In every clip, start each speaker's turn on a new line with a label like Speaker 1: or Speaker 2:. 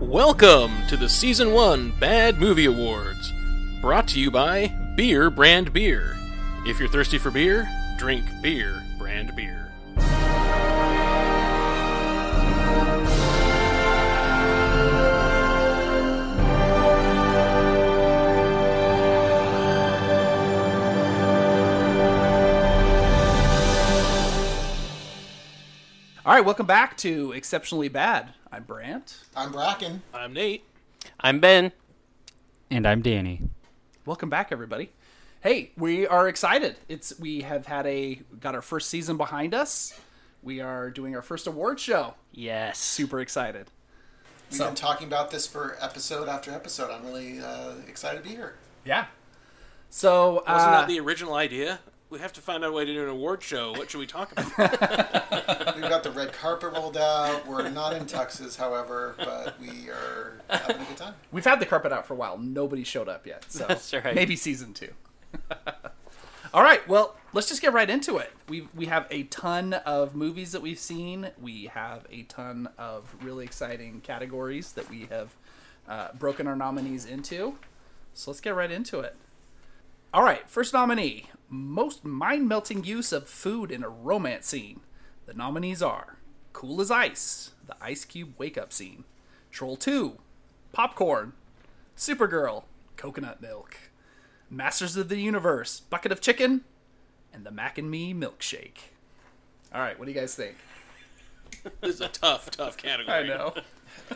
Speaker 1: Welcome to the Season 1 Bad Movie Awards, brought to you by Beer Brand Beer. If you're thirsty for beer, drink Beer Brand Beer.
Speaker 2: All right, welcome back to Exceptionally Bad. I'm Brant.
Speaker 3: I'm Bracken.
Speaker 1: I'm Nate.
Speaker 4: I'm Ben.
Speaker 5: And I'm Danny.
Speaker 2: Welcome back, everybody. Hey, we are excited. It's we have had a got our first season behind us. We are doing our first award show.
Speaker 4: Yes.
Speaker 2: Super excited.
Speaker 3: We've been talking about this for episode after episode. I'm really uh, excited to be here.
Speaker 2: Yeah. So uh,
Speaker 1: Wasn't that the original idea? We have to find out a way to do an award show. What should we talk about?
Speaker 3: We've got the red carpet rolled out. We're not in tuxes, however, but we are having a good time.
Speaker 2: we've had the carpet out for a while. Nobody showed up yet. So
Speaker 4: That's right.
Speaker 2: maybe season two. All right. Well, let's just get right into it. We we have a ton of movies that we've seen. We have a ton of really exciting categories that we have uh, broken our nominees into. So let's get right into it. All right. First nominee: most mind-melting use of food in a romance scene. The nominees are Cool as Ice, the Ice Cube wake-up scene, Troll Two, Popcorn, Supergirl, Coconut Milk. Masters of the Universe, Bucket of Chicken, and the Mac and Me Milkshake. All right, what do you guys think?
Speaker 1: this is a tough, tough category.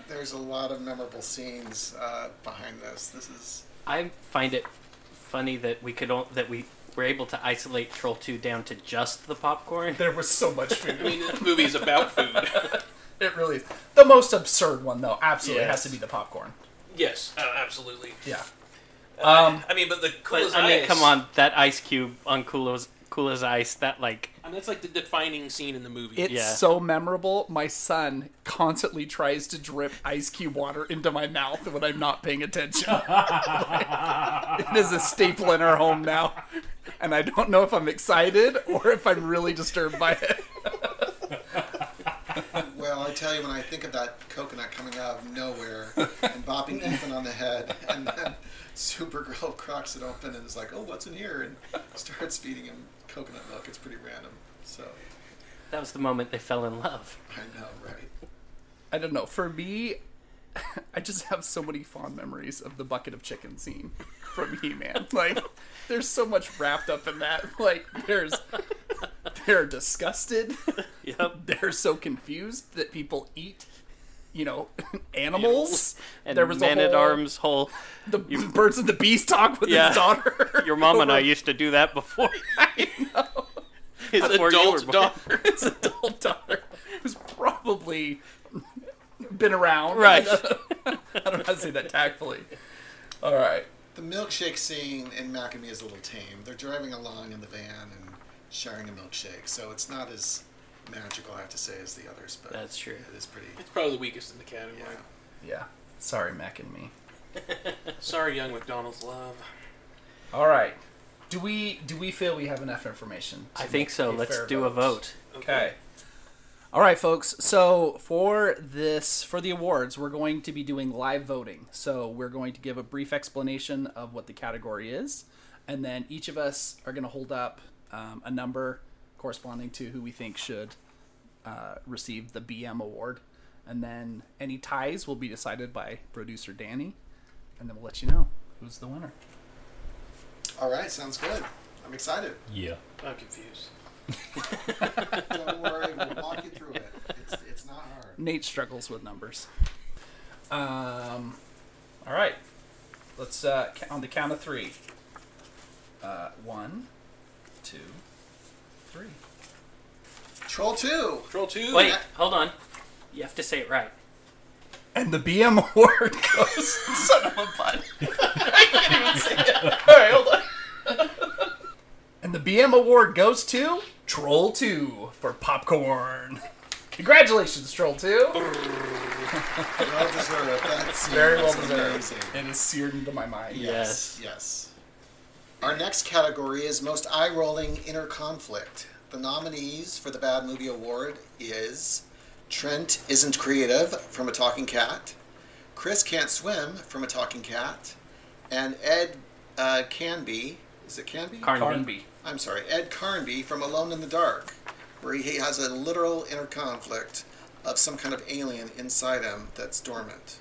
Speaker 3: There's a lot of memorable scenes uh, behind this. This is
Speaker 4: I find it funny that we could o- that we were able to isolate Troll Two down to just the popcorn.
Speaker 2: There was so much
Speaker 1: I
Speaker 2: food.
Speaker 1: mean, this movie is about food.
Speaker 2: It really is. The most absurd one, though, absolutely
Speaker 4: Yes.
Speaker 2: has to be the popcorn.
Speaker 1: yes, uh, absolutely.
Speaker 2: Yeah.
Speaker 1: I mean, but the cool
Speaker 4: Oh, But
Speaker 1: as
Speaker 4: I mean,
Speaker 1: ice-
Speaker 4: come on, that ice cube on cool as cool as ice. That like
Speaker 1: And that's like the defining scene in the movie.
Speaker 2: It's
Speaker 4: Yeah.
Speaker 2: so memorable. My son constantly tries to drip ice cube water into my mouth when I'm not paying attention. it is a staple in our home now. And I don't know if I'm excited or if I'm really disturbed by it.
Speaker 3: well, I tell you, when I think of that coconut coming out of nowhere and bopping Ethan on the head, and then Supergirl cracks it open and is like, "Oh, what's in here?" and starts feeding him coconut milk. It's pretty random. So
Speaker 4: that was the moment they fell in love.
Speaker 3: I know, right?
Speaker 2: I don't know. For me, I just have so many fond memories of the bucket of chicken scene from He Man. Like, there's so much wrapped up in that. Like, there's they're disgusted.
Speaker 4: Yep.
Speaker 2: They're so confused that people eat, you know, animals.
Speaker 4: And
Speaker 2: there was
Speaker 4: man
Speaker 2: a whole,
Speaker 4: at arms whole.
Speaker 2: the birds and the bees talk with
Speaker 4: Yeah.
Speaker 2: his daughter.
Speaker 4: Your mom and I used to do that before. I know. Before you were
Speaker 1: Adult
Speaker 4: born.
Speaker 1: daughter.
Speaker 2: his adult daughter who's probably been around.
Speaker 4: Right.
Speaker 2: I don't know how to say that tactfully. All right.
Speaker 3: The milkshake scene in Mac and Me is a little tame. They're driving along in the van and sharing a milkshake, so it's not as magical, I have to say, as the others. But
Speaker 4: That's true.
Speaker 3: It is pretty.
Speaker 1: It's probably the weakest in the category.
Speaker 3: Yeah.
Speaker 2: Yeah. Sorry, Mac and me.
Speaker 1: Sorry, Young McDonald's love.
Speaker 2: All right. Do we do we feel we have enough information? to
Speaker 4: I think
Speaker 2: make
Speaker 4: so. Let's
Speaker 2: fair
Speaker 4: do a vote.
Speaker 2: Okay. All right, folks. So for this for the awards, we're going to be doing live voting. So we're going to give a brief explanation of what the category is, and then each of us are going to hold up um, a number corresponding to who we think should uh, receive the BM award, and then any ties will be decided by producer Danny, and then we'll let you know who's the winner.
Speaker 3: All right, sounds good. I'm excited.
Speaker 5: Yeah.
Speaker 1: I'm confused.
Speaker 3: Don't worry, we'll walk you through it. It's, it's not hard.
Speaker 2: Nate struggles with numbers. Um, all right, let's uh, ca- on the count of three. Uh, one, two, three.
Speaker 3: Troll two.
Speaker 1: Troll two.
Speaker 4: Wait, hold on. You have to say it right.
Speaker 2: And the BM award goes. Son of a bun. I can't even say it. All right, hold on. and the BM award goes to Troll Two for popcorn. Congratulations, Troll Two.
Speaker 3: Well deserved. That scene
Speaker 2: Very well
Speaker 3: was
Speaker 2: deserved.
Speaker 3: amazing.
Speaker 2: It is seared into my mind.
Speaker 4: Yes.
Speaker 3: Yes. Our next category is most eye-rolling inner conflict. The nominees for the Bad Movie Award is Trent Isn't Creative from A Talking Cat, Chris can't swim from a talking cat, and Ed uh, Canby is it Canby?
Speaker 4: Carnby.
Speaker 2: Carnby.
Speaker 3: I'm sorry, Ed Carnby from Alone in the Dark, where he has a literal inner conflict of some kind of alien inside him that's dormant.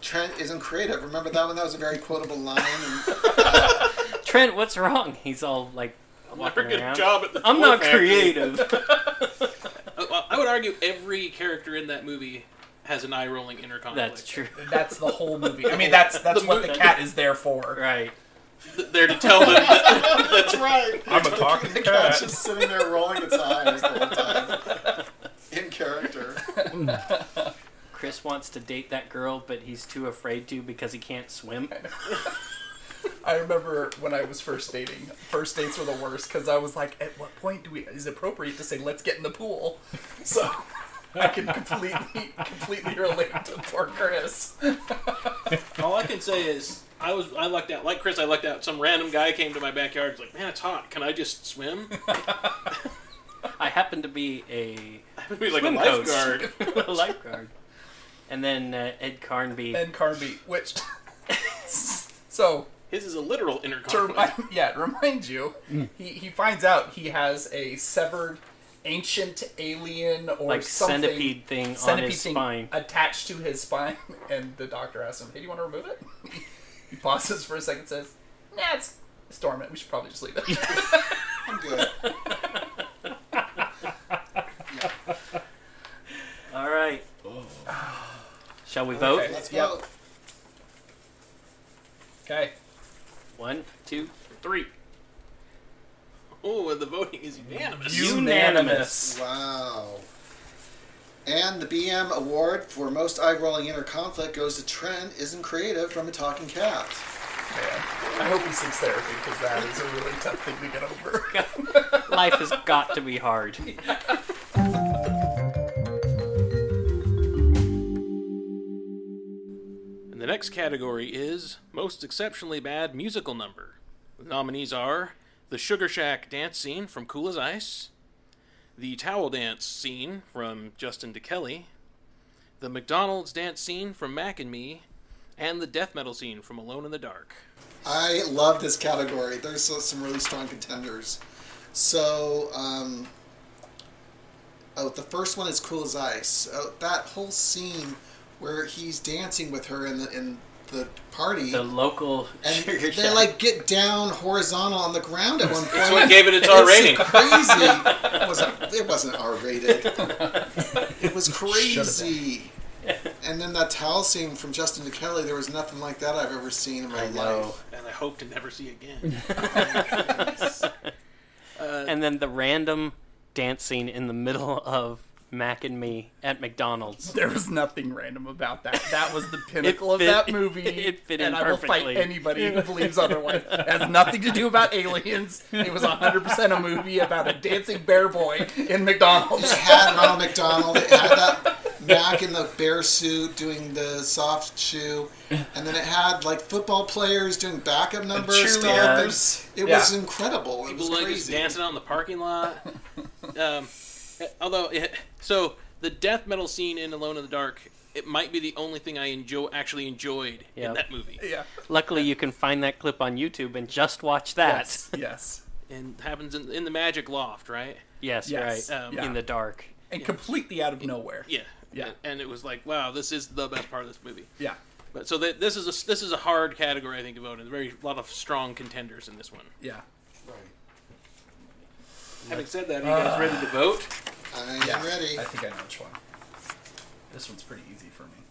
Speaker 3: Trent isn't creative. Remember that one? That was a very quotable line. And
Speaker 4: Trent, what's wrong? He's all like walking
Speaker 1: Never get a
Speaker 4: around.
Speaker 1: job at the
Speaker 4: I'm
Speaker 1: toy
Speaker 4: not
Speaker 1: factory.
Speaker 4: creative.
Speaker 1: Uh, well, I would argue every character in that movie has an eye rolling inner conflict.
Speaker 4: That's true.
Speaker 2: That's the whole movie. I mean, that's that's
Speaker 1: The
Speaker 2: what
Speaker 1: mo-
Speaker 2: the cat is there for.
Speaker 4: Right.
Speaker 1: Th- There to tell them that
Speaker 3: that's right.
Speaker 6: I'm a talking
Speaker 3: The cat's
Speaker 6: cat.
Speaker 3: just sitting there rolling its eyes the whole time. In character.
Speaker 4: Chris wants to date that girl, but he's too afraid to because he can't swim.
Speaker 2: I remember when I was first dating. First dates were the worst because I was like, at what point do we is it appropriate to say let's get in the pool? So I can completely completely relate to poor Chris.
Speaker 1: all I can say is I was I lucked out. Like Chris, I lucked out. Some random guy came to my backyard. He's like, "Man, it's hot. Can I just swim?"
Speaker 4: I happen to be a
Speaker 1: I'd be like
Speaker 4: Swim
Speaker 1: a
Speaker 4: coach.
Speaker 1: lifeguard.
Speaker 4: lifeguard. And then uh, Ed Carnby.
Speaker 2: And Carnby, which so
Speaker 1: His is a literal inner
Speaker 2: to
Speaker 1: conflict.
Speaker 2: remind, yeah, to remind you, he, he finds out he has a severed ancient alien or
Speaker 4: like
Speaker 2: something,
Speaker 4: centipede thing on
Speaker 2: centipede
Speaker 4: his
Speaker 2: thing
Speaker 4: spine.
Speaker 2: attached to his spine, and the doctor asks him, "Hey, do you want to remove it?" he pauses for a second, says, "Nah, it's, it's dormant. We should probably just leave it."
Speaker 3: I'm good.
Speaker 4: All right. Shall we vote?
Speaker 2: Okay.
Speaker 3: Let's
Speaker 2: Yep.
Speaker 3: vote.
Speaker 2: okay,
Speaker 4: One, two,
Speaker 1: Three. Oh, and the voting is unanimous.
Speaker 4: Unanimous.
Speaker 3: Wow. And the BM award for most eye rolling inner conflict goes to Trent Isn't Creative from a Talking Cat.
Speaker 2: Man, I hope he seeks therapy because that is a really tough thing to get over.
Speaker 4: life has got to be hard.
Speaker 1: And the next category is Most Exceptionally Bad Musical Number. The nominees are the Sugar Shack dance scene from Cool as Ice, the Towel Dance scene from Justin DeKelly, the McDonald's dance scene from Mac and Me, and the death metal scene from Alone in the Dark.
Speaker 3: I love this category. There's so- some really strong contenders. So, um, oh, the first one is cool as ice. Oh, that whole scene where he's dancing with her in the in the party,
Speaker 4: The local
Speaker 3: and
Speaker 4: sugar
Speaker 3: they
Speaker 4: shack.
Speaker 3: like get down horizontal on the ground at one
Speaker 1: That's what
Speaker 3: point.
Speaker 1: gave it its R rating.
Speaker 3: crazy. It wasn't, it wasn't R rated. It was crazy. And then that towel scene from Justin DeKelly, there was nothing like that I've ever seen in my
Speaker 4: I know.
Speaker 3: life.
Speaker 1: And I hope to never see again.
Speaker 4: And then the random dance scene in the middle of Mac and Me at McDonald's.
Speaker 2: There was nothing random about that. That was the pinnacle
Speaker 4: fit-
Speaker 2: of that movie.
Speaker 4: it fit in
Speaker 2: and I will
Speaker 4: perfectly.
Speaker 2: fight anybody who believes otherwise. It has nothing to do about aliens. It was 100% a movie about a dancing bear boy in McDonald's.
Speaker 3: It had Ronald McDonald. It had that Mac in the bear suit doing the soft shoe. And then it had like football players doing backup numbers. stuff. There's- It was
Speaker 2: Yeah.
Speaker 3: incredible. It was
Speaker 1: People like just
Speaker 3: crazy.
Speaker 1: dancing out in the parking lot. um, although, it, so the death metal scene in Alone in the Dark, it might be the only thing I enjoy actually enjoyed
Speaker 4: Yeah.
Speaker 1: in that movie.
Speaker 2: Yeah.
Speaker 4: Luckily, you can find that clip on YouTube and just watch that.
Speaker 2: Yes. Yes.
Speaker 1: And happens in, in the Magic Loft, right?
Speaker 4: Yes,
Speaker 2: Yes. Um,
Speaker 4: right.
Speaker 2: Yeah.
Speaker 4: In the dark.
Speaker 2: And completely out of nowhere.
Speaker 1: Yeah.
Speaker 2: Yeah.
Speaker 1: And it was like, wow, this is the best part of this movie.
Speaker 2: Yeah.
Speaker 1: But so th this is a this is a hard category I think to vote in. Very lot of strong contenders in this one.
Speaker 2: Yeah.
Speaker 1: Having said that, are you guys ready to vote?
Speaker 3: I'm
Speaker 2: Yeah.
Speaker 3: ready.
Speaker 2: I think I know which one. This one's pretty easy for me.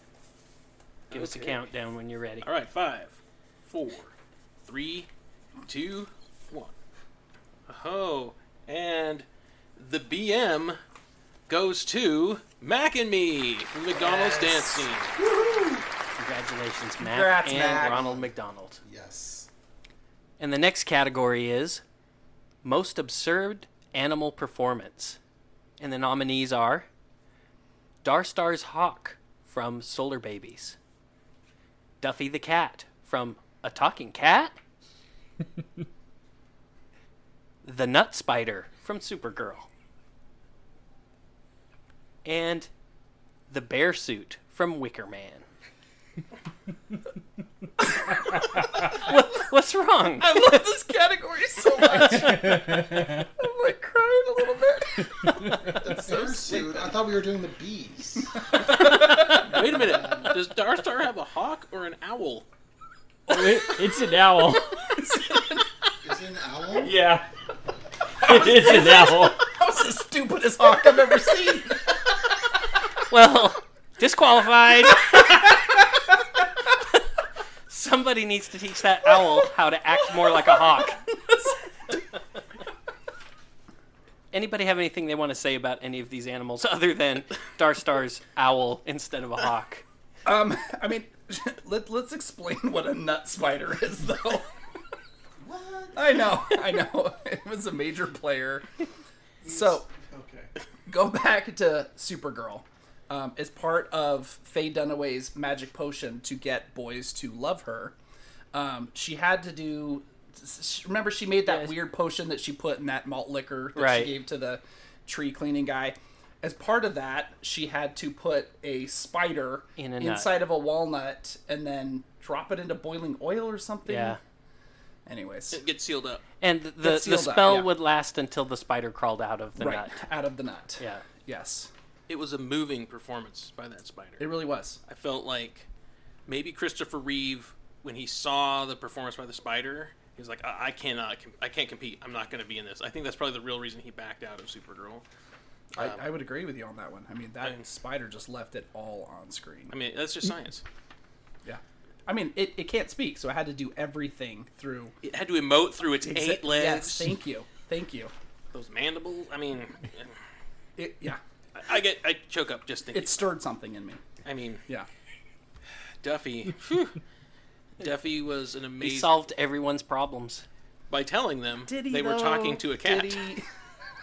Speaker 4: Give us a countdown when you're ready.
Speaker 1: All right, five, four, three, two, one. Oh, and the BM goes to Mac and Me from McDonald's dance scene.
Speaker 4: Congratulations, Mac
Speaker 2: Congrats,
Speaker 4: and
Speaker 2: Mac.
Speaker 4: Ronald McDonald.
Speaker 3: Yes.
Speaker 4: And the next category is Most Absurd Animal Performance. And the nominees are Darstar's Hawk from Solar Babies, Duffy the Cat from A Talking Cat, The Nut Spider from Supergirl, and The Bear Suit from Wicker Man. what, what's wrong?
Speaker 2: I love this category so much. I'm like crying a little bit.
Speaker 3: That's so suit. I thought we were doing the bees.
Speaker 1: Wait a minute. Does Darstar have a hawk or an owl?
Speaker 5: It- it's an owl.
Speaker 3: Is it an owl?
Speaker 5: Yeah. It is an owl.
Speaker 2: That was the stupidest hawk I've ever seen.
Speaker 4: Well, disqualified. Somebody needs to teach that owl how to act more like a hawk. Anybody have anything they want to say about any of these animals other than Darstar's owl instead of a hawk?
Speaker 2: Um, I mean, let, let's explain what a nut spider is, though.
Speaker 3: What?
Speaker 2: I know, I know. It was a major player. So,
Speaker 3: Okay.
Speaker 2: go back to Supergirl. Um, as part of Faye Dunaway's magic potion to get boys to love her, um, she had to do. s- Remember, she made that
Speaker 4: Yes.
Speaker 2: weird potion that she put in that malt liquor that
Speaker 4: Right.
Speaker 2: she gave to the tree cleaning guy. As part of that, she had to put a spider
Speaker 4: In a nut.
Speaker 2: inside of a walnut and then drop it into boiling oil or something.
Speaker 4: Yeah.
Speaker 2: Anyways,
Speaker 1: It gets sealed up.
Speaker 4: And the,
Speaker 2: That's
Speaker 4: the
Speaker 2: sealed up,
Speaker 4: spell
Speaker 2: yeah.
Speaker 4: would last until the spider crawled out of the
Speaker 2: right
Speaker 4: nut.
Speaker 2: out of the nut.
Speaker 4: Yeah.
Speaker 2: Yes,
Speaker 1: It was a moving performance by that spider.
Speaker 2: it really was.
Speaker 1: I felt like maybe Christopher Reeve, when he saw the performance by the spider, he was like, I, I cannot, com- I can't compete. I'm not going to be in this. I think that's probably the real reason he backed out of Supergirl.
Speaker 2: I, I would agree with you on that one. I mean, that
Speaker 1: Um, I-
Speaker 2: spider just left it all on screen.
Speaker 1: I mean, that's just science.
Speaker 2: yeah. I mean, it, it can't speak, so I had to do everything through
Speaker 1: It had to emote through its eight
Speaker 2: Exa- Yes,
Speaker 1: legs,
Speaker 2: thank you. Thank you.
Speaker 1: those mandibles. I mean,
Speaker 2: It, yeah.
Speaker 1: I- I get, I choke up just thinking.
Speaker 2: It stirred something in me.
Speaker 1: I mean,
Speaker 2: Yeah.
Speaker 1: Duffy. Duffy was an
Speaker 4: He
Speaker 1: amazing
Speaker 4: solved everyone's problems.
Speaker 1: by telling them they were talking to a cat.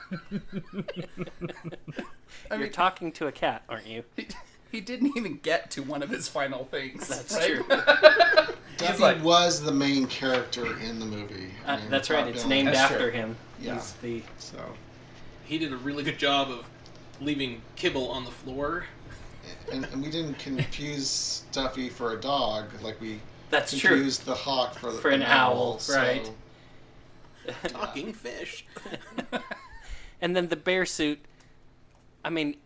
Speaker 2: I
Speaker 4: You're
Speaker 2: mean,
Speaker 4: talking to a cat, aren't you?
Speaker 2: he didn't even get to one of his final things.
Speaker 4: That's
Speaker 2: right?
Speaker 4: true.
Speaker 3: Duffy
Speaker 2: like-
Speaker 3: was the main character in the movie. I
Speaker 4: Uh,
Speaker 3: mean,
Speaker 4: that's
Speaker 3: the
Speaker 4: right.
Speaker 3: top
Speaker 4: It's
Speaker 3: villain.
Speaker 4: named
Speaker 2: That's
Speaker 4: after
Speaker 2: true.
Speaker 4: him.
Speaker 3: Yeah.
Speaker 4: He's the
Speaker 3: So,
Speaker 1: He did a really good job of leaving kibble on the floor.
Speaker 3: and, and we didn't confuse Duffy for a dog like we
Speaker 4: That's true.
Speaker 3: confused the hawk for,
Speaker 4: For an owl,
Speaker 3: so-
Speaker 4: right.
Speaker 1: Talking fish.
Speaker 4: And then the bear suit. I mean,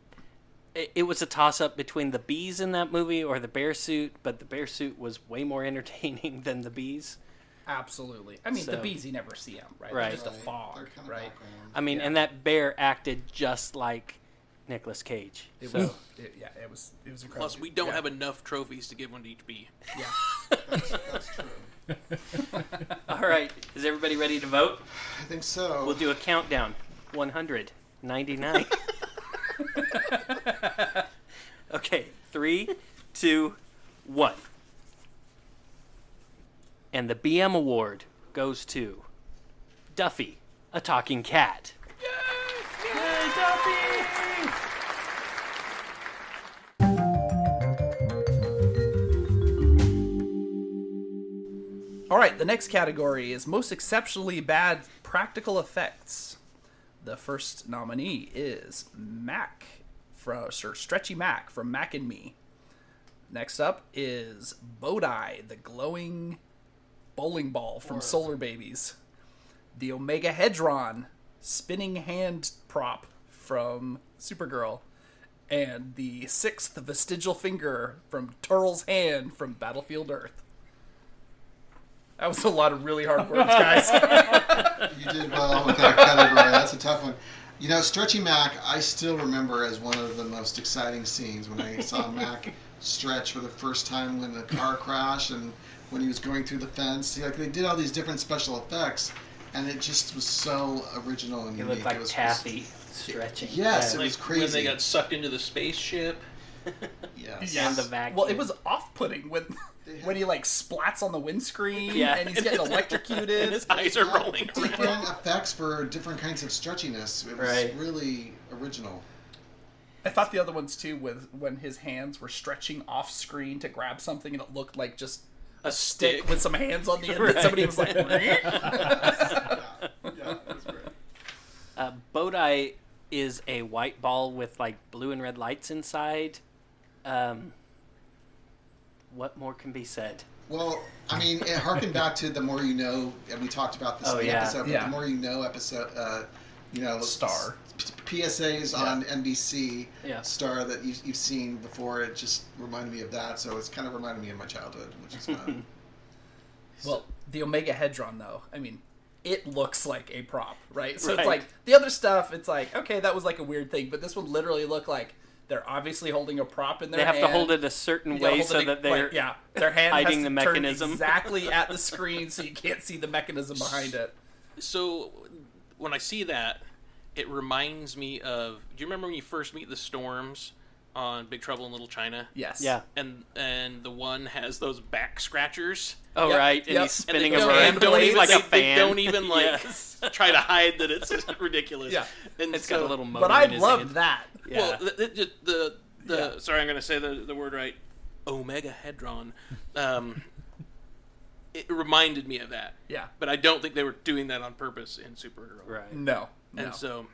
Speaker 4: it, it was a toss up between the bees in that movie or the bear suit, but the bear suit was way more entertaining than the bees.
Speaker 2: Absolutely. I mean, the
Speaker 4: So-
Speaker 2: bees, you never see them, right?
Speaker 4: Right.
Speaker 2: They're just a
Speaker 3: Right. They're
Speaker 2: fog,
Speaker 3: kind of
Speaker 2: right?
Speaker 3: background.
Speaker 4: I mean, and that bear acted just like Nicolas Cage.
Speaker 2: It
Speaker 4: so
Speaker 2: was, it, yeah, it was, it was incredible.
Speaker 1: Plus, we don't
Speaker 2: yeah.
Speaker 1: have enough trophies to give one to each bee.
Speaker 2: Yeah.
Speaker 3: That's true.
Speaker 4: all right, is everybody ready to vote?
Speaker 3: I think so.
Speaker 4: We'll do a countdown. 199. okay, three, two, one. And the BM award goes to Duffy, a talking cat.
Speaker 2: All right, the next category is most exceptionally bad practical effects. The first nominee is Mac from Sir Stretchy Mac from Mac and Me. Next up is Bodai, the glowing bowling ball from Solar Babies. The Omega Hedron spinning hand prop from Supergirl. And the sixth vestigial finger from Turl's hand from Battlefield Earth. That was a lot of really hard words, guys.
Speaker 3: You did well with that category. That's a tough one. You know, Stretchy Mac, I still remember as one of the most exciting scenes when I saw Mac stretch for the first time when the car crash and when he was going through the fence. See, like they did all these different special effects, and it just was so original and
Speaker 4: It
Speaker 3: unique.
Speaker 4: looked like
Speaker 3: was
Speaker 4: taffy stretching.
Speaker 3: Yes, it
Speaker 1: like
Speaker 3: was crazy.
Speaker 1: when they got sucked into the spaceship.
Speaker 3: Yes.
Speaker 4: And the vacuum.
Speaker 2: Well, it was off-putting when when he like splats on the windscreen
Speaker 4: Yeah.
Speaker 2: and he's getting electrocuted.
Speaker 1: And his eyes are rolling. around.
Speaker 3: Different effects for different kinds of stretchiness. It was
Speaker 4: Right.
Speaker 3: really original.
Speaker 2: I thought the other ones too with when his hands were stretching off-screen to grab something and it looked like just
Speaker 1: A stick.
Speaker 2: with some hands on the end. and Somebody was like, "Meh."
Speaker 3: Yeah, that's great.
Speaker 4: Uh, Bodai is a white ball with like blue and red lights inside. Um, What more can be said?
Speaker 3: Well, I mean, it harkened back to the more you know, and we talked about this
Speaker 4: Oh,
Speaker 3: in the
Speaker 4: yeah.
Speaker 3: episode, but
Speaker 2: Yeah.
Speaker 3: the more you know episode, uh, you know,
Speaker 2: Star.
Speaker 3: s- p- PSAs on NBC
Speaker 4: Yeah.
Speaker 3: Star that you've, you've seen before. It just reminded me of that, so it's kind of reminded me of my childhood, which is fun.
Speaker 2: Well, the Omega Hedron, though, I mean, it looks like a prop, right? So
Speaker 1: Right.
Speaker 2: it's like the other stuff. It's like okay, that was like a weird thing, but this one literally looked like they're obviously holding a prop in their.
Speaker 4: They have to
Speaker 2: hand.
Speaker 4: hold it a certain
Speaker 2: Yeah,
Speaker 4: way
Speaker 2: hold
Speaker 4: so
Speaker 2: it
Speaker 4: that
Speaker 2: like-
Speaker 4: they're
Speaker 2: yeah, their hand
Speaker 4: hiding
Speaker 2: has to
Speaker 4: the
Speaker 2: turn
Speaker 4: mechanism.
Speaker 2: exactly at the screen, so you can't see the mechanism behind it.
Speaker 1: So when I see that, it reminds me of. Do you remember when you first meet the storms on Big Trouble in Little China?
Speaker 2: Yes.
Speaker 4: yeah.
Speaker 1: And and the one has those back scratchers.
Speaker 4: Oh
Speaker 2: Yep,
Speaker 4: right, and
Speaker 2: yep.
Speaker 4: he's
Speaker 1: And they
Speaker 4: spinning
Speaker 1: don't-
Speaker 2: go
Speaker 4: around
Speaker 1: and don't
Speaker 2: blades
Speaker 1: even,
Speaker 4: like
Speaker 1: they,
Speaker 4: a
Speaker 1: they
Speaker 4: fan.
Speaker 1: don't even like
Speaker 4: Yes.
Speaker 1: try to hide that it's ridiculous.
Speaker 2: Yeah.
Speaker 1: And
Speaker 4: It's
Speaker 1: so,
Speaker 4: got a little motor
Speaker 2: But I
Speaker 4: in his
Speaker 2: loved
Speaker 4: hand.
Speaker 2: that.
Speaker 4: Yeah.
Speaker 1: Well, the the, the, the,
Speaker 2: Yeah.
Speaker 1: sorry, I'm going to say the, the word right. Omega Hedron. Um, it reminded me of that.
Speaker 2: Yeah.
Speaker 1: But I don't think they were doing that on purpose in Supergirl.
Speaker 4: right.
Speaker 2: No. No.
Speaker 1: And so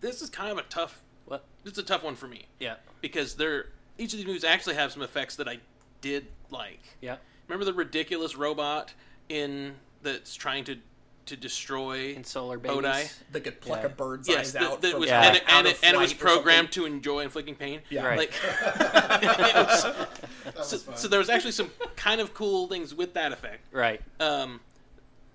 Speaker 1: this is kind of a tough.
Speaker 4: What?
Speaker 1: It's a tough one for me
Speaker 4: Yeah.
Speaker 1: because they're each of these movies actually have some effects that I did like.
Speaker 4: Yeah.
Speaker 1: Remember the ridiculous robot in that's trying to to destroy
Speaker 4: And solar babies.
Speaker 1: Bodai?
Speaker 2: they could pluck
Speaker 4: Yeah.
Speaker 2: a bird's
Speaker 1: Yes,
Speaker 2: eyes
Speaker 1: that,
Speaker 2: out.
Speaker 1: that
Speaker 2: from
Speaker 1: was
Speaker 4: Yeah.
Speaker 1: and,
Speaker 2: like
Speaker 1: it,
Speaker 2: out
Speaker 1: and,
Speaker 2: of
Speaker 1: it, and it was
Speaker 2: flight or something.
Speaker 1: programmed to enjoy inflicting pain.
Speaker 2: Yeah.
Speaker 4: Right.
Speaker 1: Like
Speaker 3: That was
Speaker 1: so,
Speaker 3: fun.
Speaker 1: so there was actually some kind of cool things with that effect.
Speaker 4: Right.
Speaker 1: Um,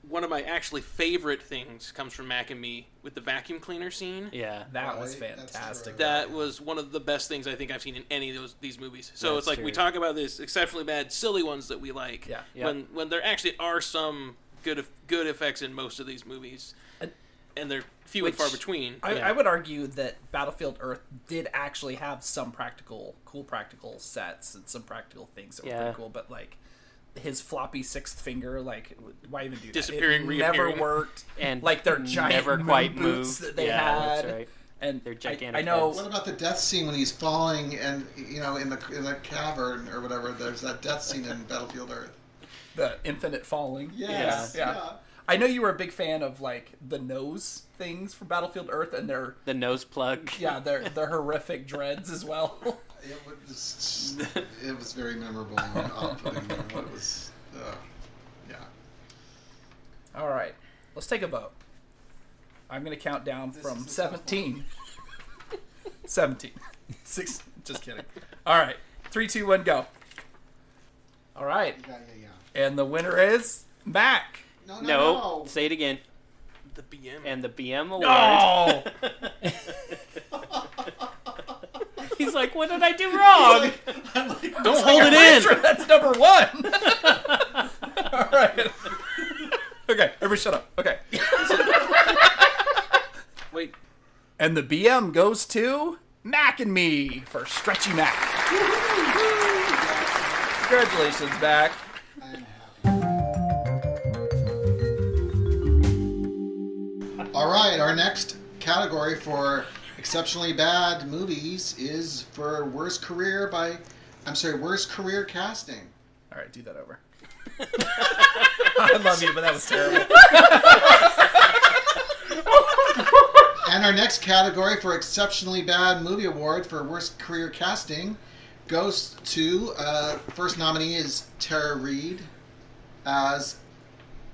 Speaker 1: one of my actually favorite things comes from Mac and Me with the vacuum cleaner scene.
Speaker 4: Yeah.
Speaker 2: That was
Speaker 3: Right, that's
Speaker 2: fantastic.
Speaker 3: true.
Speaker 1: That was one of the best things I think I've seen in any of those these movies. So
Speaker 4: That's
Speaker 1: it's like we
Speaker 4: true.
Speaker 1: talk about these exceptionally bad, silly ones that we like.
Speaker 2: Yeah.
Speaker 4: Yeah.
Speaker 1: When when there actually are some good eff- good effects in most of these movies,
Speaker 2: And-
Speaker 1: and they're few
Speaker 4: Which-
Speaker 1: and far between.
Speaker 2: I,
Speaker 4: Yeah.
Speaker 2: I would argue that Battlefield Earth did actually have some practical, cool practical sets and some practical things that were
Speaker 4: Yeah.
Speaker 2: pretty cool, but like his floppy sixth finger, like why even do that?
Speaker 1: Disappearing,
Speaker 2: it
Speaker 1: reappearing.
Speaker 2: never worked,
Speaker 4: And
Speaker 2: like their giant
Speaker 4: never
Speaker 2: moon
Speaker 4: quite
Speaker 2: boots
Speaker 4: moved.
Speaker 2: that they
Speaker 4: Yeah, that's
Speaker 2: had,
Speaker 4: right.
Speaker 2: and
Speaker 4: Their
Speaker 2: I-
Speaker 4: gigantic
Speaker 2: I, know
Speaker 3: What
Speaker 4: heads.
Speaker 3: about the death scene when he's falling and you know in the in the cavern or whatever? There's that death scene in Battlefield Earth.
Speaker 2: the infinite falling.
Speaker 3: Yes,
Speaker 2: Yeah.
Speaker 3: yeah.
Speaker 2: Yeah. I know you were a big fan of like the nose things from Battlefield Earth and their
Speaker 4: The nose plug.
Speaker 2: yeah their their horrific dreads as well.
Speaker 3: It was just- it was very memorable and off-putting. and It was uh, yeah.
Speaker 2: All right, let's take a vote. I'm gonna count down
Speaker 3: is
Speaker 2: from
Speaker 3: a tough
Speaker 2: 17. 17. Six. Just kidding. All right, three, two, one, go. All right,
Speaker 3: Yeah, yeah, yeah.
Speaker 2: and the winner is Mac.
Speaker 3: No, no,
Speaker 4: No.
Speaker 3: no.
Speaker 4: Say it again.
Speaker 1: the BM.
Speaker 4: And the BM award.
Speaker 2: Oh,
Speaker 4: He's like, what did I do wrong?
Speaker 1: Don't hold it in.
Speaker 2: that's number one. All right. Okay, everybody, shut up. Okay,
Speaker 1: Wait,
Speaker 2: and the BM goes to Mac and me for Stretchy Mac. Congratulations, Mac.
Speaker 3: I'm happy. All right, our next category for exceptionally bad movies is for worst career by, I'm sorry, worst career casting.
Speaker 2: All right, do that over. I love you, but that was terrible.
Speaker 3: And our next category for exceptionally bad movie award for worst career casting goes to uh, first nominee is Tara Reid as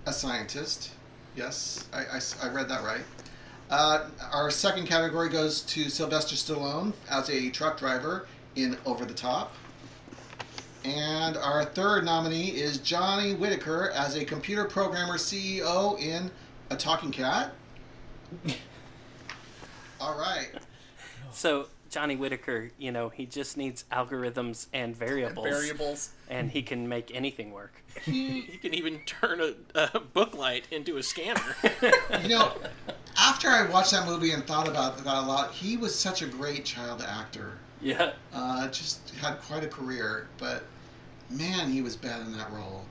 Speaker 3: a scientist. Yes, I, I s- I read that right. Uh, our second category goes to Sylvester Stallone as a truck driver in Over the Top. And our third nominee is Johnny Whitaker as a computer programmer CEO in A Talking Cat. All right.
Speaker 4: So Johnny Whitaker, you know, he just needs algorithms and variables, and,
Speaker 2: Variables.
Speaker 4: he can make anything work.
Speaker 1: he can even turn a, a book light into a scanner.
Speaker 3: You know, after I watched that movie and thought about that a lot, he was such a great child actor.
Speaker 4: Yeah.
Speaker 3: Uh, just had quite a career, but man, he was bad in that role.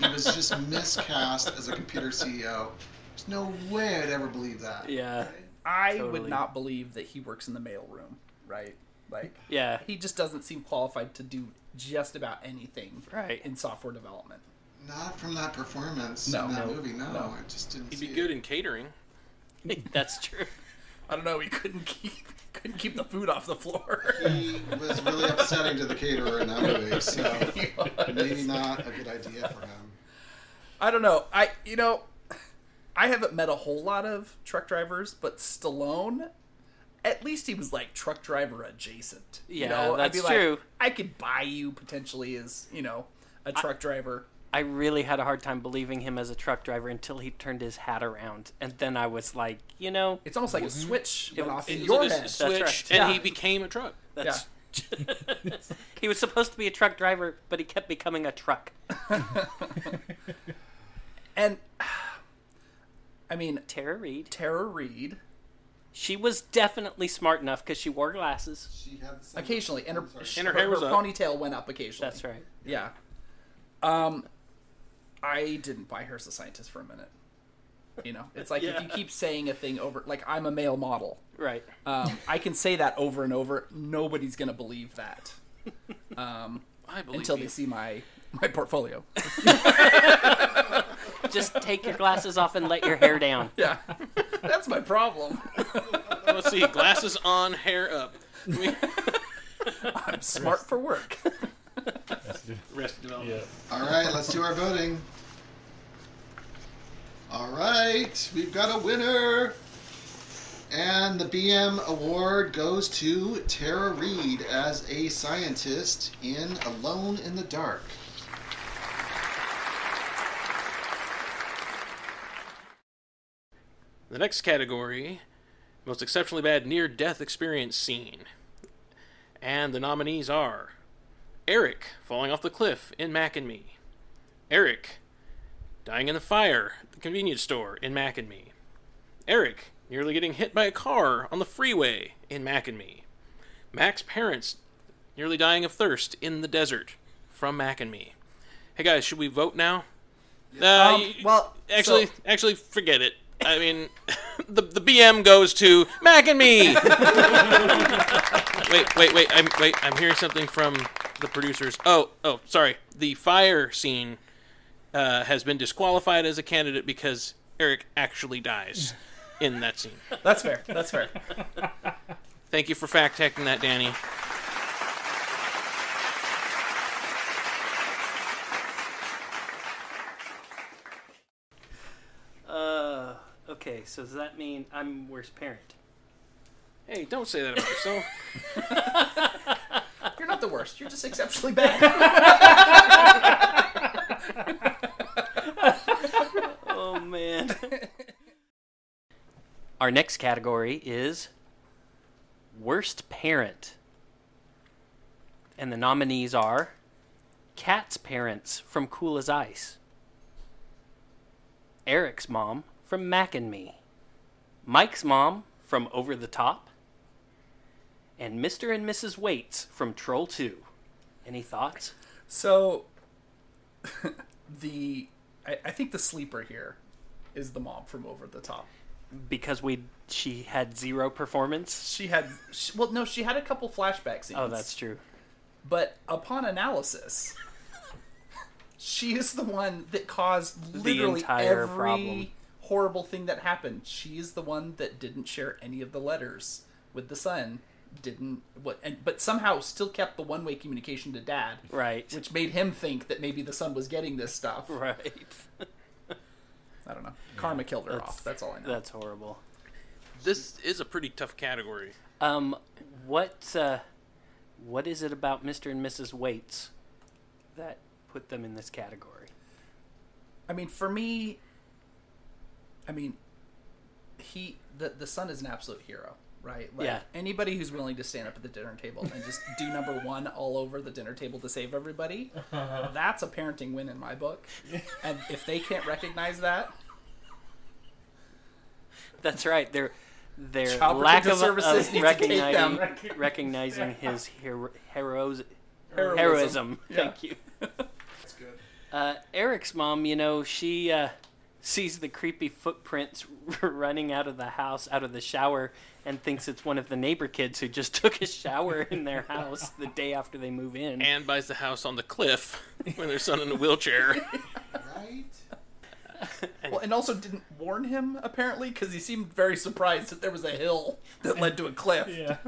Speaker 3: He was just miscast as a computer CEO. There's no way I'd ever believe that.
Speaker 4: Yeah.
Speaker 2: I would
Speaker 4: Totally.
Speaker 2: not believe that he works in the mailroom, right? Like,
Speaker 4: Yeah.
Speaker 2: he just doesn't seem qualified to do just about anything
Speaker 4: Right.
Speaker 2: in software development.
Speaker 3: Not from that performance
Speaker 2: No,
Speaker 3: in that
Speaker 2: no,
Speaker 3: movie. No,
Speaker 2: no.
Speaker 3: I just didn't.
Speaker 1: He'd
Speaker 3: see
Speaker 1: be good
Speaker 3: It.
Speaker 1: in catering.
Speaker 4: That's true.
Speaker 2: I don't know. He couldn't keep couldn't keep the food off the floor.
Speaker 3: He was really upsetting to the caterer in that movie, so maybe not a good idea for him.
Speaker 2: I don't know. I you know, I haven't met a whole lot of truck drivers, but Stallone, at least he was like truck driver adjacent.
Speaker 4: Yeah,
Speaker 2: you know? I'd
Speaker 4: that's
Speaker 2: be like,
Speaker 4: true.
Speaker 2: I could buy you potentially as you know a truck driver.
Speaker 4: I really had a hard time believing him as a truck driver until he turned his hat around, and then I was like, you know,
Speaker 2: It's almost like a switch went off in
Speaker 1: It was
Speaker 2: your
Speaker 1: a
Speaker 2: head.
Speaker 1: switch,
Speaker 4: right.
Speaker 1: and
Speaker 2: Yeah.
Speaker 1: he became a truck.
Speaker 2: Yeah.
Speaker 4: that's he was supposed to be a truck driver, but he kept becoming a truck.
Speaker 2: And I mean,
Speaker 4: Tara Reed,
Speaker 2: Tara Reed
Speaker 4: she was definitely smart enough because she wore glasses.
Speaker 3: She had the same-
Speaker 2: occasionally, and her,
Speaker 3: I'm
Speaker 1: And
Speaker 3: sorry.
Speaker 1: her hair was up.
Speaker 2: ponytail went up occasionally.
Speaker 4: That's right.
Speaker 2: Yeah. Um, I didn't buy her as a scientist for a minute. You know, it's like if you keep saying a thing over, like I'm a male model.
Speaker 4: Right.
Speaker 2: Um, I can say that over and over. Nobody's gonna believe that
Speaker 1: I believe
Speaker 2: until
Speaker 1: you.
Speaker 2: they see my my portfolio.
Speaker 4: Just take your glasses off and let your hair down.
Speaker 2: Yeah, that's my problem.
Speaker 1: Let's see, glasses on, hair up.
Speaker 2: I'm smart for work.
Speaker 1: Rest development.
Speaker 5: Yeah.
Speaker 3: All right, let's do our voting. All right, we've got a winner. And the BM award goes to Tara Reid as a scientist in Alone in the Dark.
Speaker 1: The next category most exceptionally bad near death experience scene. And the nominees are Eric falling off the cliff in Mac and Me, Eric dying in the fire at the convenience store in Mac and Me, Eric nearly getting hit by a car on the freeway in Mac and Me, Mac's parents nearly dying of thirst in the desert from Mac and Me. Hey guys, should we vote now? Uh,
Speaker 2: Um,
Speaker 1: y-
Speaker 2: well,
Speaker 1: Actually,
Speaker 2: so-
Speaker 1: actually, forget it. I mean, the the BM goes to Mac and me. wait, wait, wait. I'm wait. I'm hearing something from the producers. Oh, oh, sorry. The fire scene uh, has been disqualified as a candidate because Eric actually dies in that scene.
Speaker 2: that's fair. That's fair.
Speaker 1: Thank you for fact checking that, Danny.
Speaker 4: Uh, okay. So does that mean I'm worst parent?
Speaker 1: Hey, don't say that about yourself.
Speaker 2: You're not the worst. You're just exceptionally bad.
Speaker 4: Oh man. Our next category is worst parent. And the nominees are Kat's parents from Cool as Ice, Eric's mom from Mac and Me, Mike's mom from Over the Top, and Mr. and Mrs. Waits from Troll 2. Any thoughts?
Speaker 2: so the I, I think the sleeper here is the mom from Over the Top.
Speaker 4: Because we she had zero performance.
Speaker 2: She had she, well, no, she had a couple flashback scenes.
Speaker 4: Oh, that's true.
Speaker 2: But upon analysis, she is the one that caused literally
Speaker 4: entire
Speaker 2: every
Speaker 4: problem.
Speaker 2: horrible thing that happened. She is the one that didn't share any of the letters with the son. Didn't what? And but somehow still kept the one-way communication to dad,
Speaker 4: Right.
Speaker 2: which made him think that maybe the son was getting this stuff.
Speaker 4: right.
Speaker 2: I don't know. Karma killed her off. That's all I know.
Speaker 4: That's horrible.
Speaker 1: this is a pretty tough category.
Speaker 4: Um, what uh, what is it about Mr. and Mrs. Waits that put them in this category?
Speaker 2: I mean, for me, I mean, he the the son is an absolute hero, right? Like,
Speaker 4: Yeah.
Speaker 2: Anybody who's willing to stand up at the dinner table and just do number one all over the dinner table to save everybody, that's a parenting win in my book. And if they can't recognize that,
Speaker 4: That's right. Their their
Speaker 2: Child
Speaker 4: lack
Speaker 2: Protective
Speaker 4: of,
Speaker 2: Services
Speaker 4: of
Speaker 2: needs to take
Speaker 4: recognizing
Speaker 5: them.
Speaker 4: recognizing his hero, heroes
Speaker 2: heroism.
Speaker 4: heroism.
Speaker 2: Yeah.
Speaker 4: Thank you.
Speaker 3: That's good.
Speaker 4: Uh, Eric's mom, you know, she uh, sees the creepy footprints running out of the house, out of the shower, and thinks it's one of the neighbor kids who just took a shower in their house the day after they move in.
Speaker 1: And buys the house on the cliff when their son in a wheelchair.
Speaker 3: Right?
Speaker 2: Well, and also didn't warn him apparently because he seemed very surprised that there was a hill that led to a cliff.
Speaker 5: Yeah.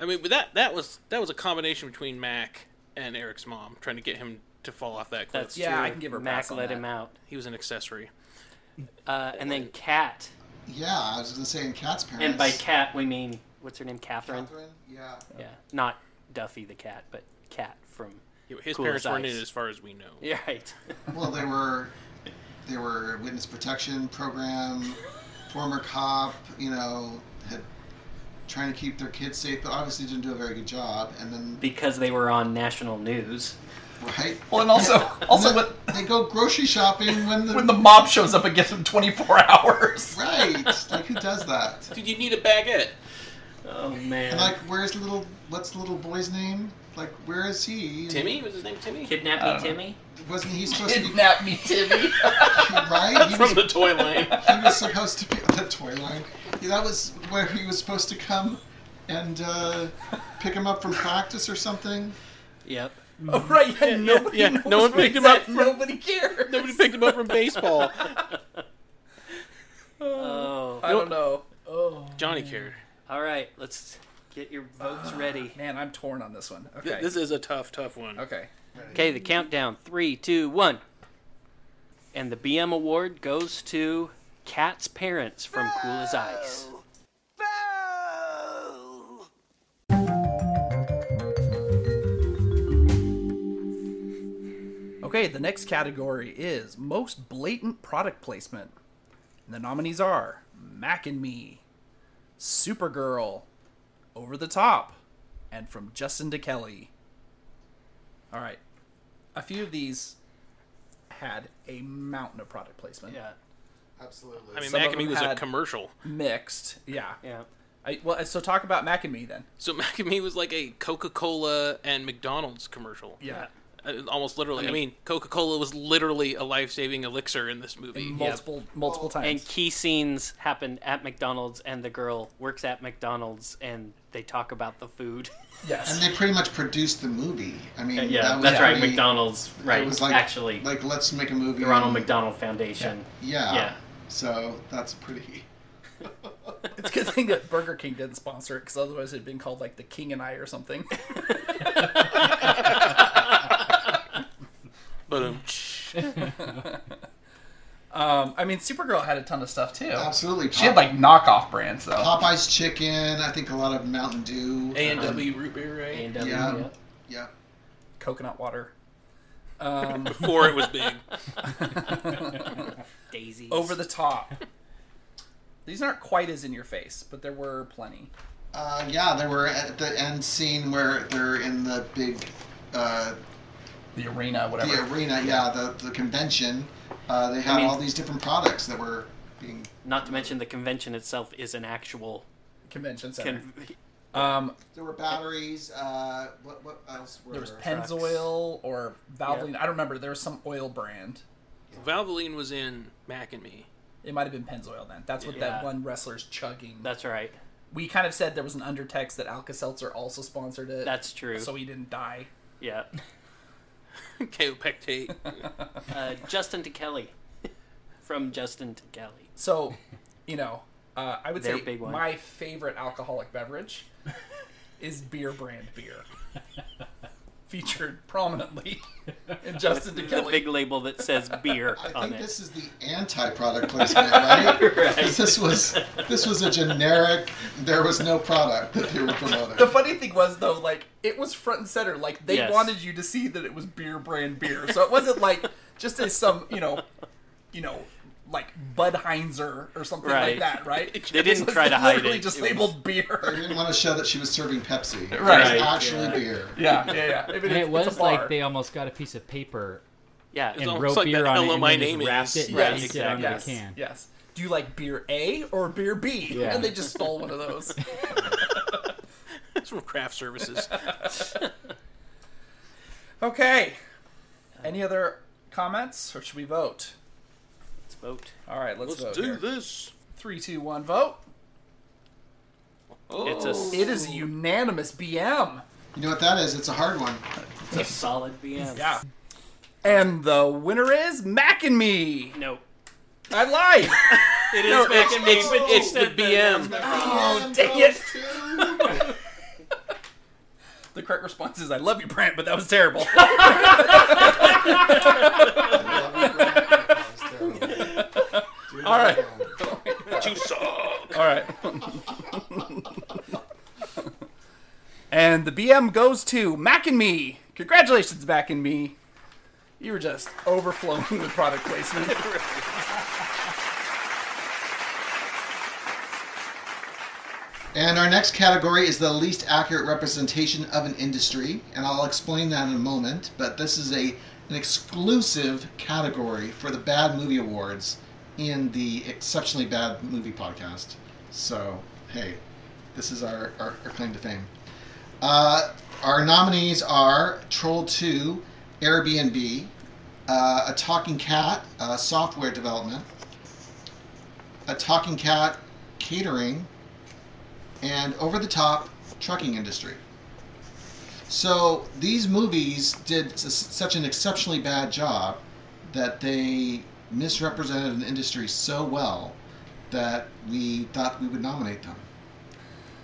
Speaker 1: I mean, but that that was that was a combination between Mac and Eric's mom trying to get him to fall off that cliff.
Speaker 4: That's
Speaker 2: Yeah,
Speaker 4: true.
Speaker 2: I can give her a
Speaker 4: Mac
Speaker 2: pass on
Speaker 4: let
Speaker 2: that.
Speaker 4: him out.
Speaker 1: He was an accessory.
Speaker 4: Uh, and then Cat.
Speaker 3: Yeah, I was gonna say in Cat's parents.
Speaker 4: And by Cat, we mean, what's her name? Catherine?
Speaker 3: Catherine, yeah.
Speaker 4: Yeah. Not Duffy the cat, but Cat from.
Speaker 1: His
Speaker 4: Cool
Speaker 1: parents
Speaker 4: as
Speaker 1: weren't
Speaker 4: ice.
Speaker 1: in it, as far as we know.
Speaker 4: Yeah, right.
Speaker 3: Well, they were, they were witness protection program, former cop. You know, had trying to keep their kids safe, but obviously didn't do a very good job. And then
Speaker 4: because they were on national news.
Speaker 3: right.
Speaker 2: Well, and also, also
Speaker 3: And
Speaker 2: when,
Speaker 3: then they go grocery shopping when the,
Speaker 2: when the mob shows up and gives him 24 hours.
Speaker 3: right. Like who does that?
Speaker 1: Did you need a baguette?
Speaker 4: Oh, man.
Speaker 3: And like, where's little? What's the little boy's name? Like, where is he?
Speaker 1: Timmy was his name. Timmy
Speaker 4: Kidnap me, Timmy?
Speaker 3: Wasn't he supposed to be
Speaker 2: Kidnap me, Timmy.
Speaker 3: right? He was,
Speaker 1: from the toy line.
Speaker 3: he was supposed to be on the toy line. Yeah, that was where he was supposed to come and uh, pick him up from practice or something.
Speaker 4: Yep.
Speaker 2: oh, right, yeah, nobody
Speaker 1: yeah.
Speaker 2: knows
Speaker 1: No one
Speaker 2: where
Speaker 1: picked
Speaker 2: he's
Speaker 1: him up
Speaker 2: at,
Speaker 1: from-
Speaker 2: Nobody cares.
Speaker 1: Nobody picked him up from baseball.
Speaker 4: Oh.
Speaker 2: I don't know. Oh
Speaker 1: Johnny cared.
Speaker 4: All right, let's get your votes ready.
Speaker 2: man, I'm torn on this one.
Speaker 1: Th-
Speaker 2: Okay,
Speaker 1: This is a tough, tough one.
Speaker 2: okay.
Speaker 4: Okay, the countdown three, two, one. And the BM award goes to Cat's parents from Cool as Ice.
Speaker 2: Okay, the next category is most blatant product placement. And the nominees are Mac and Me, Supergirl, Over the Top, and from Justin to Kelly. All right. A few of these had a mountain of product placement.
Speaker 4: Yeah,
Speaker 3: Absolutely.
Speaker 1: I mean,
Speaker 2: Some
Speaker 1: Mac
Speaker 2: of
Speaker 1: and Me
Speaker 2: them
Speaker 1: was a
Speaker 2: had-
Speaker 1: commercial.
Speaker 2: Mixed. Yeah.
Speaker 4: yeah.
Speaker 2: I, well, so talk about Mac and Me then.
Speaker 1: So Mac and Me was like a Coca-Cola and McDonald's commercial.
Speaker 2: Yeah.
Speaker 1: Uh, almost literally. I mean, Coca-Cola was literally a life-saving elixir in this movie.
Speaker 2: Multiple multiple times.
Speaker 4: And key scenes happen at McDonald's, and the girl works at McDonald's, and they talk about the food.
Speaker 2: yes.
Speaker 3: and they pretty much produced the movie. I mean, that was
Speaker 4: that's right.
Speaker 3: pretty-
Speaker 4: McDonald's,
Speaker 3: It
Speaker 4: right?
Speaker 3: was like,
Speaker 4: actually,
Speaker 3: like let's make a movie.
Speaker 4: the Ronald
Speaker 3: on-
Speaker 4: McDonald Foundation.
Speaker 3: Yeah.
Speaker 4: Yeah.
Speaker 3: So that's pretty.
Speaker 2: It's a good thing that Burger King didn't sponsor it because otherwise it'd been called like the King and I or something.
Speaker 1: But um,
Speaker 2: Um, I mean, Supergirl had a ton of stuff too.
Speaker 3: Absolutely.
Speaker 2: She had like knockoff brands though.
Speaker 3: Popeye's chicken. I think a lot of Mountain Dew.
Speaker 1: A&W root beer, right?
Speaker 4: A&W,
Speaker 3: Yeah.
Speaker 4: yep.
Speaker 3: Yeah.
Speaker 2: Coconut water. Um,
Speaker 1: Before it was big.
Speaker 4: Daisies.
Speaker 2: over the top. These aren't quite as in your face, but there were plenty.
Speaker 3: Uh, yeah, there were at the end scene where they're in the big, uh,
Speaker 2: The arena, whatever.
Speaker 3: the arena. Yeah, the the convention. Uh, they had
Speaker 4: mean-
Speaker 3: all these different products that were being.
Speaker 4: Not to mention the convention itself is an actual.
Speaker 2: Convention center.
Speaker 4: Con-
Speaker 2: um,
Speaker 3: There were batteries. Uh, what what else were
Speaker 2: there was
Speaker 3: there?
Speaker 2: Pennzoil or Valvoline. I don't remember. There was some oil brand.
Speaker 1: Valvoline was in Mac and Me.
Speaker 2: It might have been Pennzoil then. That's what
Speaker 4: Yeah.
Speaker 2: that one wrestler's chugging.
Speaker 4: that's right.
Speaker 2: we kind of said there was an undertext that Alka Seltzer also sponsored it.
Speaker 4: That's true.
Speaker 2: so he didn't die.
Speaker 4: yeah.
Speaker 1: Kaopectate.
Speaker 4: Uh, Justin to Kelly, from Justin to Kelly.
Speaker 2: So, you know, uh, I would
Speaker 4: Their
Speaker 2: say
Speaker 4: big one.
Speaker 2: my favorite alcoholic beverage is beer brand beer, featured prominently in Justin to
Speaker 4: The
Speaker 2: Kelly.
Speaker 4: big label that says beer
Speaker 3: I
Speaker 4: on
Speaker 3: think
Speaker 4: it.
Speaker 3: this is the anti-product placement, right? 'Cause This was this was a generic. There was no product that they were promoting.
Speaker 2: The funny thing was though, like it was front and center. Like they
Speaker 4: Yes.
Speaker 2: wanted you to see that it was beer brand beer, so it wasn't like just as some you know, you know, like Budheiser or something like
Speaker 4: Right.
Speaker 2: that, right?
Speaker 4: They didn't
Speaker 2: It was
Speaker 4: try to hide
Speaker 2: literally
Speaker 4: it.
Speaker 2: Just
Speaker 4: It was-
Speaker 2: labeled
Speaker 3: They
Speaker 2: beer.
Speaker 3: didn't want to show that she was serving Pepsi. It
Speaker 2: Right.
Speaker 3: was actually beer.
Speaker 2: Yeah, yeah, yeah. I mean,
Speaker 5: And
Speaker 2: it's-
Speaker 5: it was
Speaker 2: it's a bar. Oh,
Speaker 5: like they almost got a piece of paper
Speaker 4: yeah.
Speaker 5: and
Speaker 1: almost
Speaker 5: wrote
Speaker 1: like
Speaker 5: beer
Speaker 1: that
Speaker 5: on it
Speaker 1: Hello,
Speaker 5: and
Speaker 1: My
Speaker 5: then just
Speaker 1: Name Is.
Speaker 5: wrapped it and
Speaker 2: Yes,
Speaker 5: taped it
Speaker 2: yeah,
Speaker 5: onto
Speaker 2: yes,
Speaker 5: the can.
Speaker 2: Yes. Do you like beer A or beer B?
Speaker 5: Yeah.
Speaker 2: And they just stole one of those.
Speaker 1: It's from Craft Services.
Speaker 2: okay. Any other comments, or should we vote?
Speaker 4: Let's vote.
Speaker 2: All right, let's,
Speaker 1: Let's
Speaker 2: vote.
Speaker 1: do
Speaker 2: here.
Speaker 1: this.
Speaker 2: Three, two, one, vote.
Speaker 1: Oh.
Speaker 4: It's a s-
Speaker 2: It is a unanimous BM.
Speaker 3: You know what that is? It's a hard one.
Speaker 4: It's a solid BM.
Speaker 2: Yeah. And the winner is Mac and Me.
Speaker 4: No.
Speaker 2: I lied.
Speaker 1: It is
Speaker 4: No,
Speaker 1: Mac
Speaker 4: it's-
Speaker 1: and Me,
Speaker 4: it's-
Speaker 1: but it's the
Speaker 4: it's the-
Speaker 1: BM.
Speaker 3: Oh,
Speaker 2: dang it.
Speaker 3: it.
Speaker 2: the correct response is I love you, Brant, but that was terrible.
Speaker 3: All
Speaker 2: right.
Speaker 1: You suck.
Speaker 2: All right. and the BM goes to Mac and Me. Congratulations, Mac and Me. You were just overflowing with product placement.
Speaker 3: And our next category is the least accurate representation of an industry, and I'll explain that in a moment. But this is a an exclusive category for the Bad Movie Awards in the Exceptionally Bad Movie podcast. So hey, this is our our, our claim to fame. Uh, our nominees are Troll Two, Airbnb, uh, a talking cat, uh, software development, a talking cat, catering and over the top trucking industry. So these movies did s- such an exceptionally bad job that they misrepresented an industry so well that we thought we would nominate them.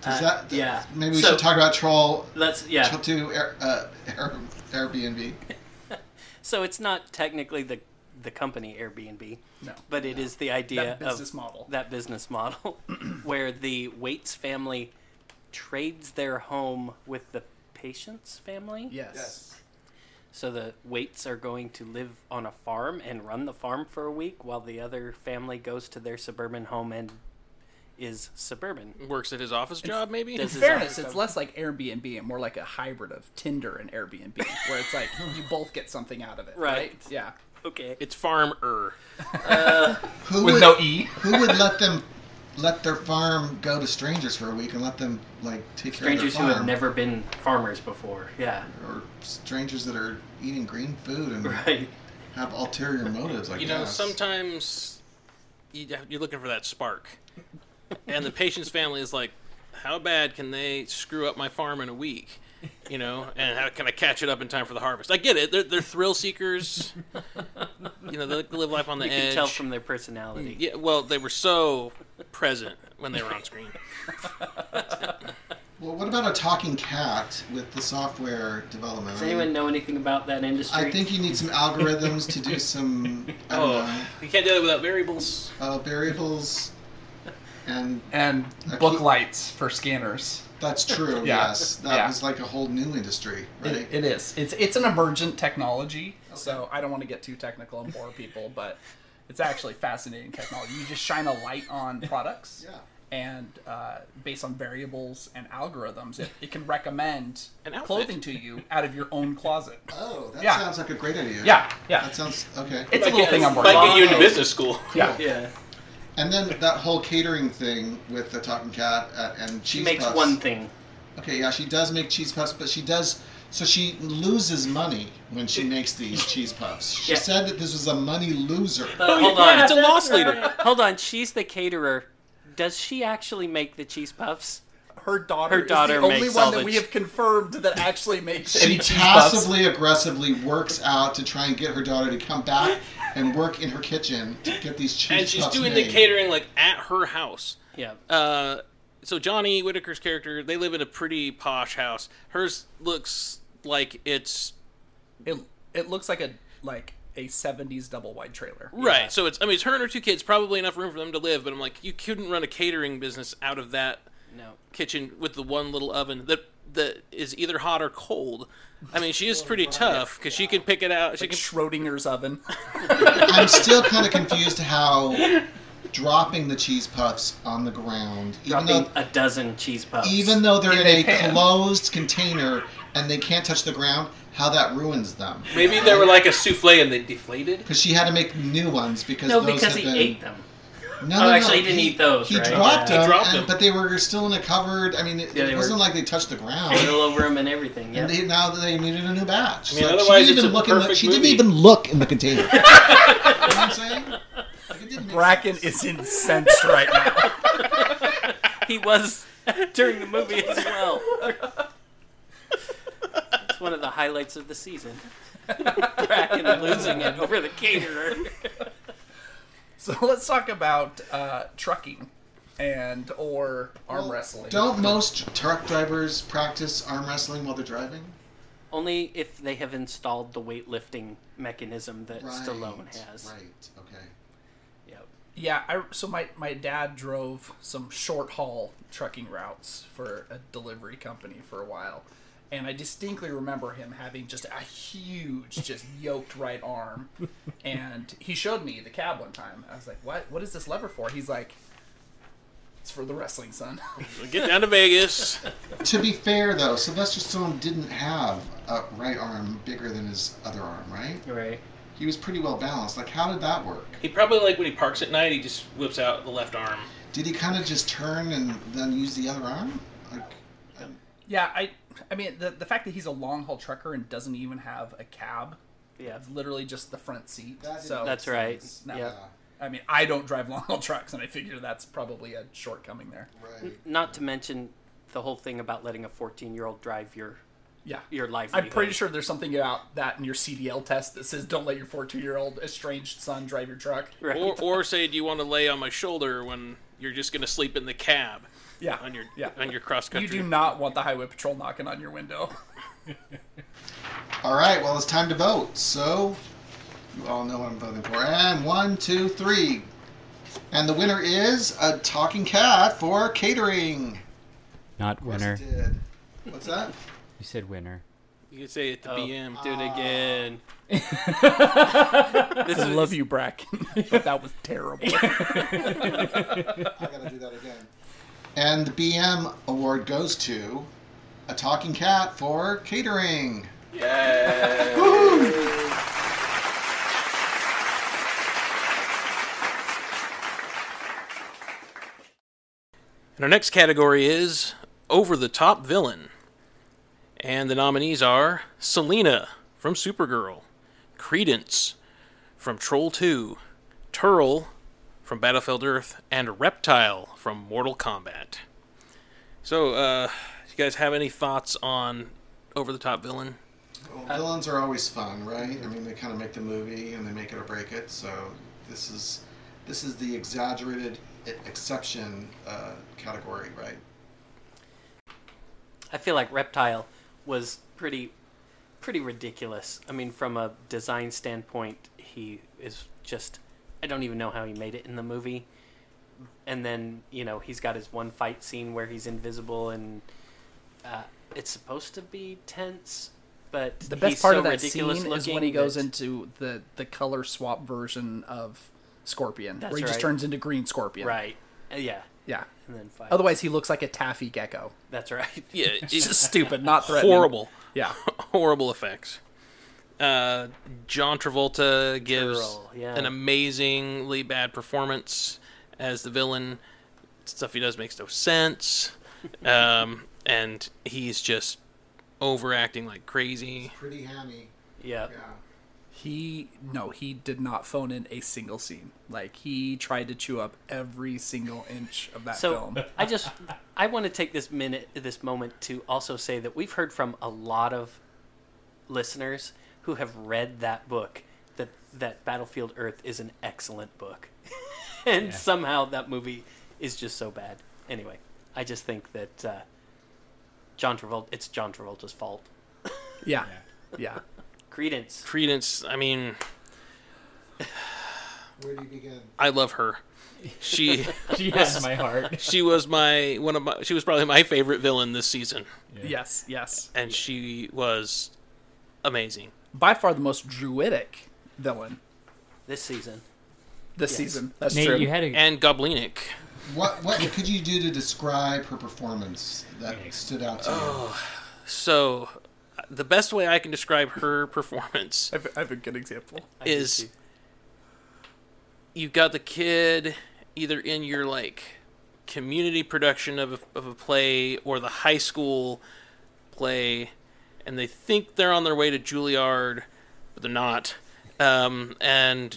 Speaker 3: Does
Speaker 4: Uh,
Speaker 3: that,
Speaker 4: yeah.
Speaker 3: Maybe we
Speaker 4: So-
Speaker 3: should talk about Troll,
Speaker 4: Let's yeah.
Speaker 3: Troll 2 Air, uh, Air, Airbnb.
Speaker 4: So it's not technically the the company Airbnb,
Speaker 2: No.
Speaker 4: but it is the idea
Speaker 2: That business
Speaker 4: of
Speaker 2: model.
Speaker 4: that business model where the Waits family trades their home with the patient's family.
Speaker 2: Yes.
Speaker 4: So the Waits are going to live on a farm and run the farm for a week while the other family goes to their suburban home and is suburban.
Speaker 1: Works at his office job, maybe?
Speaker 2: In
Speaker 4: Does- This is
Speaker 2: fairness,
Speaker 4: awesome.
Speaker 2: it's less like Airbnb and more like a hybrid of Tinder and Airbnb, where it's like you both get something out of it.
Speaker 4: Right.
Speaker 2: right? Yeah.
Speaker 4: Okay.
Speaker 1: It's farmer.
Speaker 3: Who
Speaker 2: With
Speaker 3: would,
Speaker 2: no E.
Speaker 3: who would let them let their farm go to strangers for a week and let them like take care of
Speaker 4: Strangers
Speaker 3: their
Speaker 4: who
Speaker 3: farm?
Speaker 4: have never been farmers before. Yeah.
Speaker 3: or strangers that are eating green food and
Speaker 4: Right.
Speaker 3: have ulterior motives. I
Speaker 1: You
Speaker 3: guess.
Speaker 1: know, sometimes you, you're looking for that spark. And the patient's family is like, how bad can they screw up my farm in a week? You know, and how can I catch it up in time for the harvest? I get it. They're, they're thrill seekers. You know, they like to live life on the
Speaker 4: You
Speaker 1: edge.
Speaker 4: can tell from their personality.
Speaker 1: yeah, well, they were so present when they were on screen.
Speaker 3: Well, what about a talking cat with the software development?
Speaker 4: Does anyone know anything about that industry?
Speaker 3: I think you need some algorithms to do some I don't know,
Speaker 1: Oh, you can't do that without variables.
Speaker 3: uh, variables, and
Speaker 2: And
Speaker 3: A
Speaker 2: book
Speaker 3: key-
Speaker 2: lights for scanners.
Speaker 3: that's true.
Speaker 2: Yeah.
Speaker 3: Yes, that
Speaker 2: Yeah.
Speaker 3: was like a whole new industry, right?
Speaker 2: It, it is. It's it's an emergent technology, so I don't want to get too technical and bore people, but it's actually fascinating technology. You just shine a light on products,
Speaker 3: Yeah.
Speaker 2: and uh, based on variables and algorithms, it, it can recommend
Speaker 1: An outfit.
Speaker 2: clothing to you out of your own closet.
Speaker 3: Oh, that
Speaker 2: Yeah.
Speaker 3: sounds like a great idea.
Speaker 2: Yeah, yeah.
Speaker 3: That sounds okay.
Speaker 2: It's a little thing I'm
Speaker 1: Might
Speaker 2: working on.
Speaker 1: get you into business school.
Speaker 2: Yeah.
Speaker 4: Yeah.
Speaker 3: And then that whole catering thing with the talking cat uh, and cheese
Speaker 4: She makes
Speaker 3: puffs.
Speaker 4: one thing.
Speaker 3: Okay, yeah, she does make cheese puffs, but she does so she loses money when she makes these cheese puffs. She
Speaker 4: Yeah.
Speaker 3: said that this was a money loser.
Speaker 4: But hold
Speaker 1: Oh, yeah,
Speaker 4: on.
Speaker 1: it's a loss leader.
Speaker 4: Hold on. She's the caterer. Does she actually make the cheese puffs?
Speaker 2: Her daughter,
Speaker 4: Her daughter
Speaker 2: is the only
Speaker 4: makes
Speaker 2: one
Speaker 4: all
Speaker 2: that
Speaker 4: the
Speaker 2: we
Speaker 4: che-
Speaker 2: have confirmed that actually makes
Speaker 3: She
Speaker 2: any cheese puffs.
Speaker 3: passively aggressively works out to try and get her daughter to come back and work in her kitchen to get these cheese
Speaker 1: And she's
Speaker 3: puffs
Speaker 1: doing
Speaker 3: made.
Speaker 1: the catering like at her house.
Speaker 4: Yeah.
Speaker 1: Uh, so Johnny Whitaker's character, they live in a pretty posh house. Hers looks like it's
Speaker 2: It it looks like a like a '70s double wide trailer.
Speaker 1: right. So it's I mean it's her and her two kids, probably enough room for them to live. But I'm like, you couldn't run a catering business out of that
Speaker 4: No.
Speaker 1: kitchen with the one little oven that that is either hot or cold. I mean, she is pretty tough because she can pick it out. She
Speaker 2: Like
Speaker 1: can
Speaker 2: Schrodinger's oven.
Speaker 3: I'm still kind of confused how dropping the cheese puffs on the ground, even
Speaker 4: Dropping
Speaker 3: though,
Speaker 4: a dozen cheese puffs.
Speaker 3: even though they're
Speaker 2: In a
Speaker 3: in a
Speaker 2: pan.
Speaker 3: closed container and they can't touch the ground, how that ruins them.
Speaker 1: maybe they were like a souffle and they deflated.
Speaker 3: Because she had to make new ones because
Speaker 4: no,
Speaker 3: those
Speaker 4: because
Speaker 3: had
Speaker 4: he
Speaker 3: been...
Speaker 4: ate them.
Speaker 3: No,
Speaker 4: Oh,
Speaker 3: no, no,
Speaker 4: actually, he didn't eat those,
Speaker 3: He
Speaker 4: right?
Speaker 3: dropped,
Speaker 1: Yeah.
Speaker 3: them,
Speaker 1: He dropped
Speaker 3: and-
Speaker 1: them.
Speaker 3: but they were still in a cupboard. I mean, it,
Speaker 4: Yeah,
Speaker 3: it
Speaker 4: they were-
Speaker 3: wasn't like they touched the ground.
Speaker 4: Oil over them and everything. Yeah.
Speaker 3: And they, now they needed a new batch.
Speaker 1: mean,
Speaker 3: So
Speaker 1: otherwise
Speaker 3: she didn't
Speaker 1: it's
Speaker 3: even
Speaker 1: a
Speaker 3: look in the,
Speaker 1: perfect
Speaker 3: She didn't
Speaker 1: movie.
Speaker 3: even look in the container. you know what I'm saying? Like, it didn't make
Speaker 2: Bracken is
Speaker 3: sense.
Speaker 2: incensed right now.
Speaker 4: He was during the movie as well. it's one of the highlights of the season. and losing it over the caterer.
Speaker 2: So let's talk about uh, trucking and or arm
Speaker 3: Well,
Speaker 2: wrestling.
Speaker 3: Don't most truck drivers practice arm wrestling while they're driving?
Speaker 4: Only if they have installed the weightlifting mechanism that Stallone has.
Speaker 3: Right. Okay.
Speaker 4: Yep.
Speaker 2: Yeah, I, so my, my dad drove some short haul trucking routes for a delivery company for a while. And I distinctly remember him having just a huge, just yoked right arm. And he showed me the cab one time. I was like, what? What is this lever for? He's like, it's for the wrestling, son.
Speaker 1: Get down to Vegas.
Speaker 3: To be fair, though, Sylvester Stallone didn't have a right arm bigger than his other arm, right?
Speaker 4: Right.
Speaker 3: He was pretty well balanced. Like, how did that work?
Speaker 1: He probably like when he parks at night, he just whips out the left arm.
Speaker 3: Did he kind of just turn and then use the other arm? Like, um,
Speaker 2: yeah, I I mean, the, the fact that he's a long haul trucker and doesn't even have a cab,
Speaker 4: Yeah.
Speaker 2: it's literally just the front seat.
Speaker 3: that
Speaker 2: so
Speaker 3: didn't
Speaker 4: That's
Speaker 3: make
Speaker 4: right.
Speaker 3: sense.
Speaker 2: No.
Speaker 4: Yeah.
Speaker 2: I mean, I don't drive long haul trucks, and I figure that's probably a shortcoming there.
Speaker 3: Right.
Speaker 4: Not to mention the whole thing about letting a 14 year old drive your
Speaker 2: Yeah.
Speaker 4: your livelihood.
Speaker 2: I'm pretty sure there's something about that in your CDL test that says don't let your 14 year old estranged son drive your truck.
Speaker 4: Right.
Speaker 1: Or, or say, do you want to lay on my shoulder when you're just going to sleep in the cab
Speaker 2: Yeah.
Speaker 1: on your
Speaker 2: yeah.
Speaker 1: on your cross
Speaker 2: you
Speaker 1: country?
Speaker 2: do not want the highway patrol knocking on your window.
Speaker 3: All right. Well, it's time to vote. So, you all know what I'm voting for. And one, two, three. And the winner is a talking cat for catering.
Speaker 5: Not
Speaker 3: Yes,
Speaker 5: winner.
Speaker 3: it did. What's that?
Speaker 5: You said winner.
Speaker 1: You could say at the
Speaker 4: Oh.
Speaker 1: BM.
Speaker 4: Do it again.
Speaker 5: I
Speaker 4: This is-
Speaker 2: you, Bracken. but that was terrible.
Speaker 3: I gotta do that again. And the BM award goes to a talking cat for catering.
Speaker 1: And our next category is over the top villain. And the nominees are Selena from Supergirl, Credence from Troll 2, Turl from Battlefield Earth, and Reptile from Mortal Kombat. So, uh, you guys have any thoughts on over the top villain?
Speaker 3: Well, villains are always fun, right? I mean, they kind of make the movie and they make it or break it. So this is this is the exaggerated e- exception uh, category, right?
Speaker 4: I feel like Reptile was pretty pretty ridiculous. I mean, from a design standpoint, he is just I don't even know how he made it in the movie. And then, you know, he's got his one fight scene where he's invisible and uh, it's supposed to be tense, but
Speaker 2: the best
Speaker 4: he's
Speaker 2: part
Speaker 4: so
Speaker 2: of that
Speaker 4: ridiculous
Speaker 2: scene is
Speaker 4: looking
Speaker 2: when he goes
Speaker 4: that-
Speaker 2: into the, the color swap version of Scorpion,
Speaker 4: That's
Speaker 2: where he just
Speaker 4: right.
Speaker 2: turns into green Scorpion.
Speaker 4: Right. Uh, yeah.
Speaker 2: Yeah.
Speaker 4: And then fight.
Speaker 2: Otherwise, he looks like a taffy gecko.
Speaker 4: That's right.
Speaker 1: Yeah,
Speaker 2: It's just
Speaker 1: it's
Speaker 2: stupid, not threatening.
Speaker 1: horrible.
Speaker 2: Yeah.
Speaker 1: horrible effects. Uh, John Travolta gives
Speaker 4: Girl, yeah.
Speaker 1: an amazingly bad performance as the villain. Stuff he does makes no sense, um, and he's just overacting like crazy.
Speaker 3: Pretty hammy.
Speaker 4: Yeah.
Speaker 2: He no, he did not phone in a single scene. Like he tried to chew up every single inch of that
Speaker 4: So
Speaker 2: film.
Speaker 4: I just I want to take this minute this moment to also say that we've heard from a lot of listeners who have read that book that that Battlefield Earth is an excellent book. and somehow that movie is just so bad. Anyway, I just think that uh, John Travolta it's John Travolta's fault.
Speaker 2: Yeah. Yeah.
Speaker 4: Credence.
Speaker 1: Credence, I mean,
Speaker 3: Where do you begin?
Speaker 1: I love her. She
Speaker 5: She has my heart.
Speaker 1: she was my one of my she was probably my favorite villain this season,
Speaker 2: Yes, yes.
Speaker 1: and she was amazing.
Speaker 2: By far the most druidic villain
Speaker 4: This season.
Speaker 2: this season. That's
Speaker 5: Nate,
Speaker 2: true.
Speaker 5: you had a
Speaker 1: And Goblinic,
Speaker 3: What what could you do to describe her performance that stood out to you?
Speaker 1: so. uh, The best way I can describe her performance
Speaker 2: I, have, I have a good example.
Speaker 4: I do
Speaker 1: is
Speaker 4: too.
Speaker 1: you've got the kid either in your like community production of a, of a play or the high school play and they think they're on their way to Juilliard but they're not um, and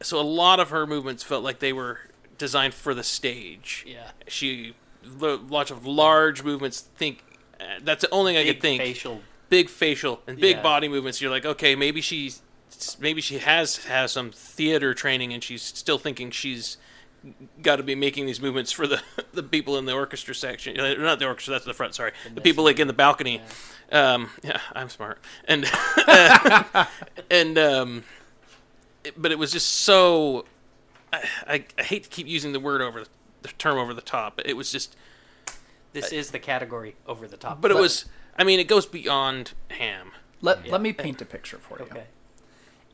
Speaker 1: so a lot of her movements felt like they were designed for the stage
Speaker 4: yeah.
Speaker 1: she lo- lots of large movements think uh, that's the only thing I
Speaker 4: Big
Speaker 1: could think
Speaker 4: facial
Speaker 1: big facial and big
Speaker 4: Yeah.
Speaker 1: body movements. You're like, okay, maybe she's maybe she has has some theater training and she's still thinking she's got to be making these movements for the the people in the orchestra section. Uh, Not the orchestra, that's the front. Sorry, the, people like in the balcony. Um, yeah, I'm smart and and um, it- but it was just so. I, I, I hate to keep using the word over the term over the top. but It was just
Speaker 4: This is the category over the top.
Speaker 1: uh, but it was i mean it goes beyond ham
Speaker 2: Let, let me paint a picture for you.
Speaker 4: Okay.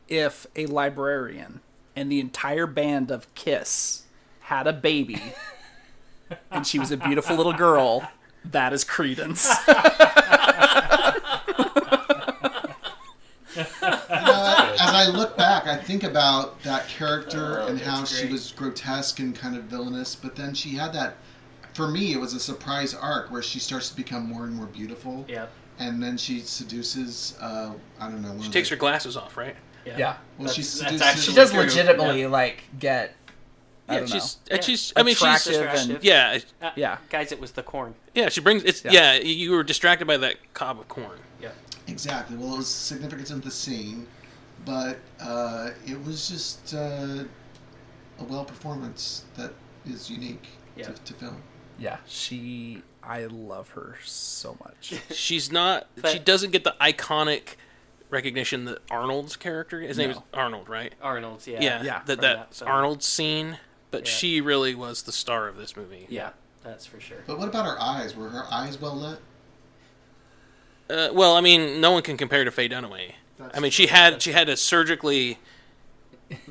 Speaker 2: If a librarian and the entire band of Kiss had a baby and she was a beautiful little girl, that is credence.
Speaker 3: As I look back, I think about that
Speaker 6: Oh,
Speaker 3: character and how she was grotesque and kind of villainous, but then she had that. For me, it was a surprise arc where she starts to become more and more beautiful.
Speaker 4: Yeah.
Speaker 3: And then she seduces, uh, I don't know.
Speaker 1: she takes her glasses off right
Speaker 4: Yeah.
Speaker 3: Well, she
Speaker 6: That's-
Speaker 3: seduces.
Speaker 6: that's actually
Speaker 2: She does
Speaker 6: true.
Speaker 2: legitimately like get. I
Speaker 1: yeah
Speaker 2: don't
Speaker 1: she's
Speaker 2: know.
Speaker 1: and she's i mean
Speaker 2: Attractive
Speaker 1: she's
Speaker 2: and-
Speaker 1: yeah
Speaker 4: Uh,
Speaker 2: Yeah.
Speaker 4: Guys, it was the corn.
Speaker 1: yeah she brings it's
Speaker 2: Yeah.
Speaker 1: yeah. you were distracted by that cob of corn
Speaker 4: Yeah.
Speaker 3: Exactly. Well, it was significance of the scene, but uh, it was just uh, a well performance that is unique
Speaker 4: Yeah.
Speaker 3: to, to film.
Speaker 2: Yeah, she. I love her so much.
Speaker 1: she's not
Speaker 4: But-
Speaker 1: she doesn't get the iconic recognition that arnold's character his name
Speaker 2: No.
Speaker 1: is arnold right
Speaker 4: Arnold's. Yeah.
Speaker 1: yeah
Speaker 2: Yeah,
Speaker 1: that,
Speaker 4: from
Speaker 1: that
Speaker 4: that film.
Speaker 1: arnold scene but
Speaker 4: Yeah.
Speaker 1: she really was the star of this movie
Speaker 4: Yeah. That's for sure.
Speaker 3: But what about her eyes? Were her eyes well lit?
Speaker 1: Uh, well, I mean, no one can compare to Faye Dunaway. I mean, she had she had a surgically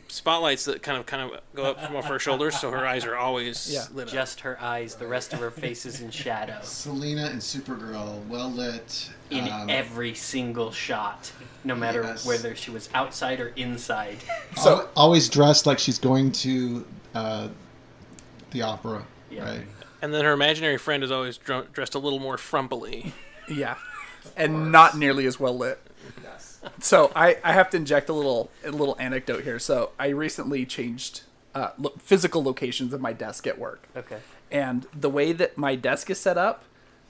Speaker 1: spotlights that kind of kind of go up from off her shoulders, so her eyes are always
Speaker 2: Yeah.
Speaker 1: lit up.
Speaker 4: Just her eyes. The rest of her face is in shadow.
Speaker 3: Selena and Supergirl, well lit.
Speaker 4: In
Speaker 3: um,
Speaker 4: every single shot, no matter
Speaker 3: Yes.
Speaker 4: whether she was outside or inside.
Speaker 2: So-
Speaker 3: al- always dressed like she's going to uh, the opera,
Speaker 4: Yeah.
Speaker 3: right?
Speaker 1: and then her imaginary friend is always dr- dressed a little more frumpily.
Speaker 2: Yeah. And not nearly as well lit. So I, I have to inject a little a little anecdote here. So I recently changed uh, lo- physical locations of my desk at work.
Speaker 4: Okay.
Speaker 2: And the way that my desk is set up,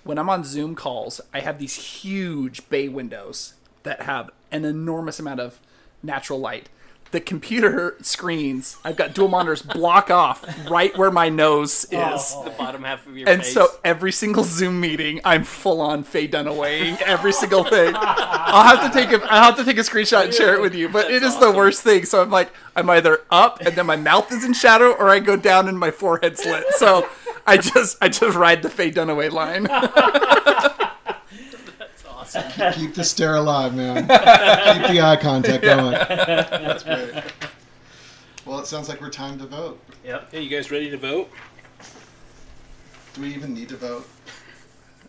Speaker 2: when I'm on Zoom calls, I have these huge bay windows that have an enormous amount of natural light. The computer screens, I've got dual monitors block off right where my nose is.
Speaker 4: The bottom half of your
Speaker 2: And
Speaker 4: face.
Speaker 2: so every single Zoom meeting, I'm full on Faye Dunaway. Every single thing. I'll have to take a I'll have to take a screenshot and share it with you. But it is the worst thing. So I'm like, I'm either up and then my mouth is in shadow, or I go down and my forehead's lit. So I just I just ride the Faye Dunaway line.
Speaker 3: Keep the stare alive, man. Keep the eye contact going. That's great. Well, it sounds like we're time to vote.
Speaker 4: Yep.
Speaker 1: Hey, you guys ready to vote?
Speaker 3: Do we even need to vote?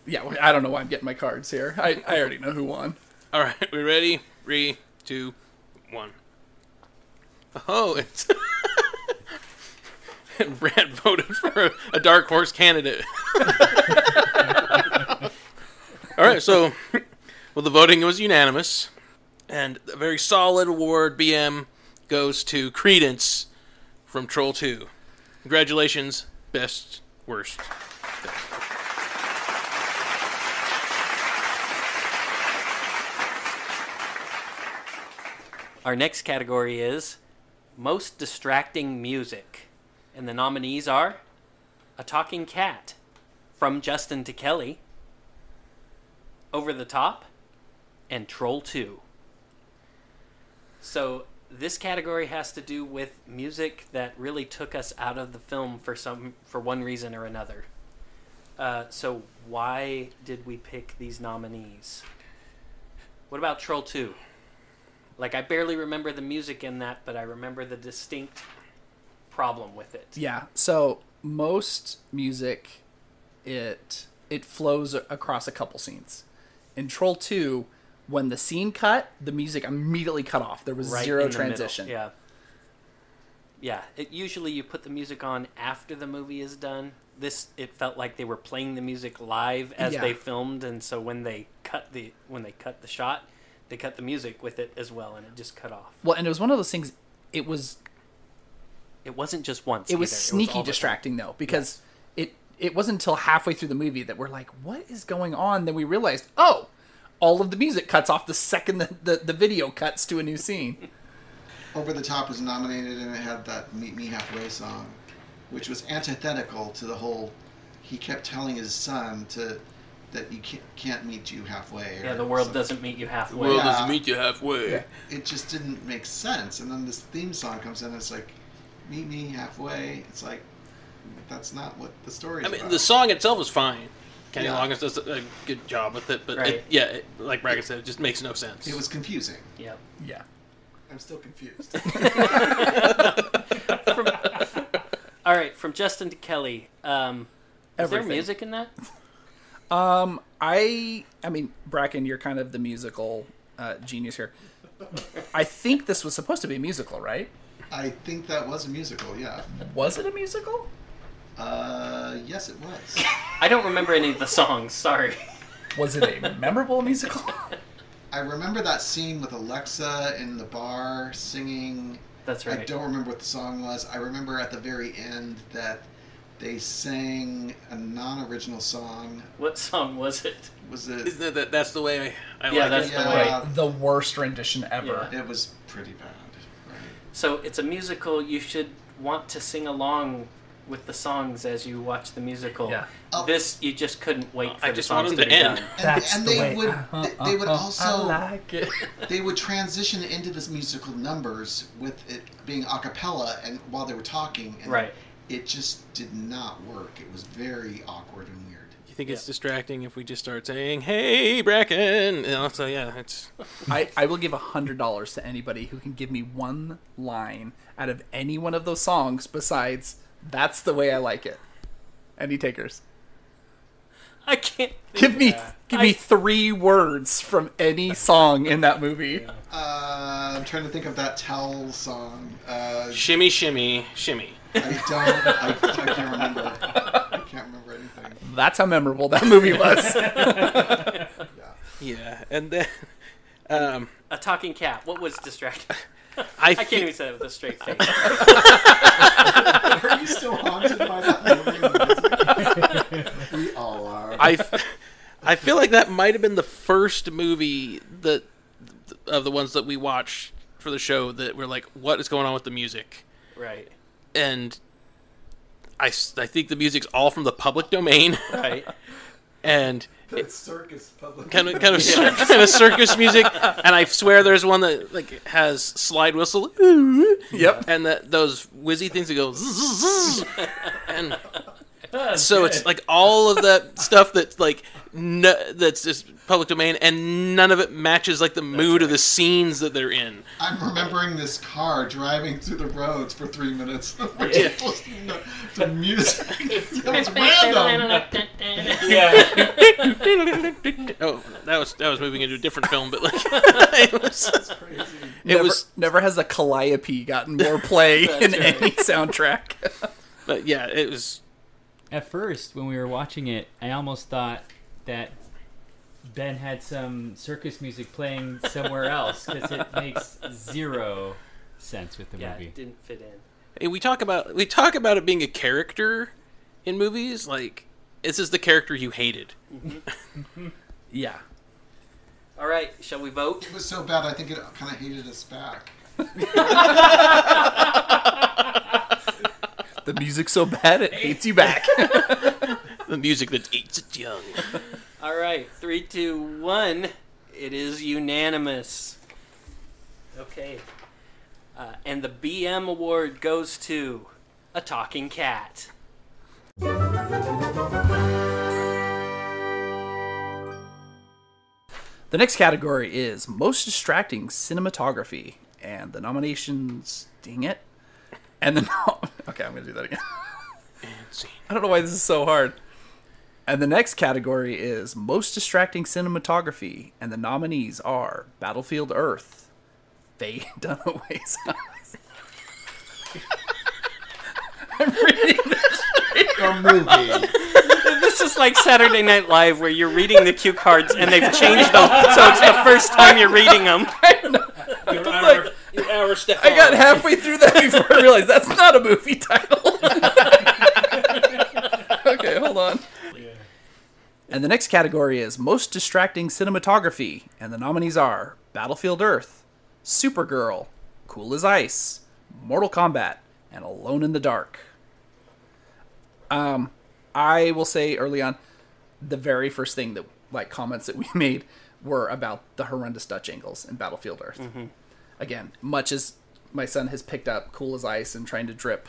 Speaker 2: Yeah, well, I don't know why I'm getting my cards here. I, I already know who won.
Speaker 1: All right, we ready? Three, two, one. Oh, it's. and Brad voted for a, a dark horse candidate. All right, so, well, the voting was unanimous, and a very solid award BM goes to Credence from Troll Two. Congratulations, best worst.
Speaker 4: Our next category is most distracting music, and the nominees are a talking cat from Justin to Kelly, Over the Top, and Troll Two. So this category has to do with music that really took us out of the film for some for one reason or another. Uh, so why did we pick these nominees? What about Troll Two? Like I barely remember the music in that, but I remember the distinct problem with it.
Speaker 2: Yeah. So most music, it it flows a- across a couple scenes. In Troll Two, when the scene cut, the music immediately cut off. There was zero
Speaker 4: in the middle.
Speaker 2: transition.
Speaker 4: Yeah. Yeah. It, usually you put the music on after the movie is done. This it felt like they were playing the music live as
Speaker 2: Yeah.
Speaker 4: they filmed, and so when they cut the when they cut the shot, they cut the music with it as well, and it just cut off.
Speaker 2: Well, and it was one of those things. It was
Speaker 4: It wasn't just once.
Speaker 2: it was
Speaker 4: either.
Speaker 2: sneaky
Speaker 4: all the-
Speaker 2: distracting though because it it wasn't until halfway through the movie that we're like, what is going on? Then we realized, oh, all of the music cuts off the second the, the, the video cuts to a new scene.
Speaker 3: Over the Top was nominated and it had that Meet Me Halfway song, which was antithetical to the whole. He kept telling his son to that you can't, can't meet you halfway. or
Speaker 4: Yeah, the world
Speaker 3: something.
Speaker 4: doesn't meet you halfway.
Speaker 1: Well,
Speaker 3: Yeah.
Speaker 1: does meet you halfway.
Speaker 3: It just didn't make sense. And then this theme song comes in. It's like, meet me halfway. It's like, that's not what the story. Is
Speaker 1: I mean,
Speaker 3: about.
Speaker 1: the song itself is fine. Kenny
Speaker 3: Yeah.
Speaker 1: Loggins does a good job with it, but
Speaker 4: Right.
Speaker 1: it, yeah, it, like Brackett said, it just makes no sense.
Speaker 3: It was confusing.
Speaker 4: Yep.
Speaker 2: Yeah.
Speaker 3: I'm still confused.
Speaker 4: All right, from Justin to Kelly. Um, is there
Speaker 2: Everything.
Speaker 4: music in that?
Speaker 2: Um, I, I mean, Bracken, you're kind of the musical uh, genius here. I think this was supposed to be a musical, right?
Speaker 3: I think that was a musical. Yeah.
Speaker 2: Was it a musical?
Speaker 3: Uh, yes, it was.
Speaker 4: I don't remember any of the songs. Sorry.
Speaker 2: Was it a memorable musical?
Speaker 3: I remember that scene with Alexa in the bar singing.
Speaker 4: That's right.
Speaker 3: I don't remember what the song was. I remember at the very end that they sang a non-original song.
Speaker 4: What song was it?
Speaker 3: Was it?
Speaker 1: Isn't it that that's the way I, I
Speaker 4: Yeah,
Speaker 1: like
Speaker 4: that's
Speaker 1: it?
Speaker 4: the
Speaker 3: Yeah.
Speaker 4: way.
Speaker 2: the worst rendition ever.
Speaker 3: It was pretty bad. Right?
Speaker 4: So it's a musical. You should want to sing along with the songs as you watch the musical.
Speaker 2: Yeah.
Speaker 3: Oh.
Speaker 4: This you just couldn't wait for
Speaker 1: I
Speaker 4: the
Speaker 1: just
Speaker 4: songs
Speaker 1: want them
Speaker 4: be
Speaker 1: to end.
Speaker 4: done.
Speaker 3: And, and they would they, they would also
Speaker 2: like it.
Speaker 3: they would transition into this musical numbers with it being a cappella and while they were talking and
Speaker 4: Right.
Speaker 3: it just did not work. It was very awkward and weird.
Speaker 1: You think it's distracting if we just start saying, "Hey, Bracken"? You know, so yeah, it's
Speaker 2: I, I will give hundred dollars to anybody who can give me one line out of any one of those songs besides "That's the way I like it." Any takers?
Speaker 4: I can't.
Speaker 2: Give me give
Speaker 4: I-
Speaker 2: me three words from any song in that movie.
Speaker 3: Uh, I'm trying to think of that towel song. Uh,
Speaker 1: shimmy, shimmy, shimmy.
Speaker 3: I don't. I, I can't remember. I can't remember anything.
Speaker 2: That's how memorable that movie was.
Speaker 1: Yeah, and then um,
Speaker 4: A talking cat. What was distracting?
Speaker 1: I,
Speaker 4: I
Speaker 1: fe-
Speaker 4: can't even say it with a straight face.
Speaker 3: Are you still haunted by that movie? and the music? we all are.
Speaker 1: I, f- I feel like that might have been the first movie that of the ones that we watched for the show that were like, what is going on with the music?
Speaker 4: right.
Speaker 1: And I, s- I think the music's all from the public domain
Speaker 4: Right.
Speaker 1: and
Speaker 3: That circus public.
Speaker 1: kind of kind of, cir- kind of circus music. And I swear there's one that like has slide whistle
Speaker 2: yep.
Speaker 1: and that those whizzy things that go zzz, zzz, and so it's like all of that stuff that's like no, that's just public domain and none of it matches like the mood of the scenes that they're in
Speaker 3: I'm remembering this car driving through the roads for three minutes. We're just listening to, to music. It was random.
Speaker 5: Yeah.
Speaker 1: oh that was that was moving into a different film but like it was
Speaker 3: Crazy.
Speaker 2: Never,
Speaker 1: was-
Speaker 2: never has a calliope gotten more play in any soundtrack.
Speaker 1: but yeah it was
Speaker 5: At first, when we were watching it, I almost thought that Ben had some circus music playing somewhere else because it makes zero sense with the
Speaker 4: Yeah,
Speaker 5: movie.
Speaker 4: it didn't fit in.
Speaker 1: and we talk about we talk about it being a character in movies like this is the character you hated
Speaker 2: yeah.
Speaker 4: All right, shall we vote?
Speaker 3: It was so bad. I think it kind of hated us back.
Speaker 2: The music's so bad it hates you back.
Speaker 1: the music that eats it young
Speaker 4: All right, three, two, one. It is unanimous. Okay. Uh, and the BM award goes to a talking cat.
Speaker 2: The next category is most distracting cinematography, and the nominations. Dang it! And the nom- okay, I'm gonna do that again.
Speaker 1: scene.
Speaker 2: I don't know why this is so hard. And the next category is most distracting cinematography, and the nominees are Battlefield Earth, Faye Dunaway's Eyes. I'm reading this.
Speaker 3: A movie.
Speaker 4: This is like Saturday Night Live where you're reading the cue cards and they've changed them, so it's the first time you're reading them.
Speaker 1: your
Speaker 2: hour- like-
Speaker 1: your hour step
Speaker 2: I got halfway through that before I realized that's not a movie title. okay, hold on. And And the next category is Most Distracting Cinematography, and the nominees are Battlefield Earth, Supergirl, Cool as Ice, Mortal Kombat, and Alone in the Dark. Um, I will say early on, the very first thing that like comments that we made were about the horrendous Dutch angles in Battlefield Earth. Again, much as my son has picked up cool as ice and trying to drip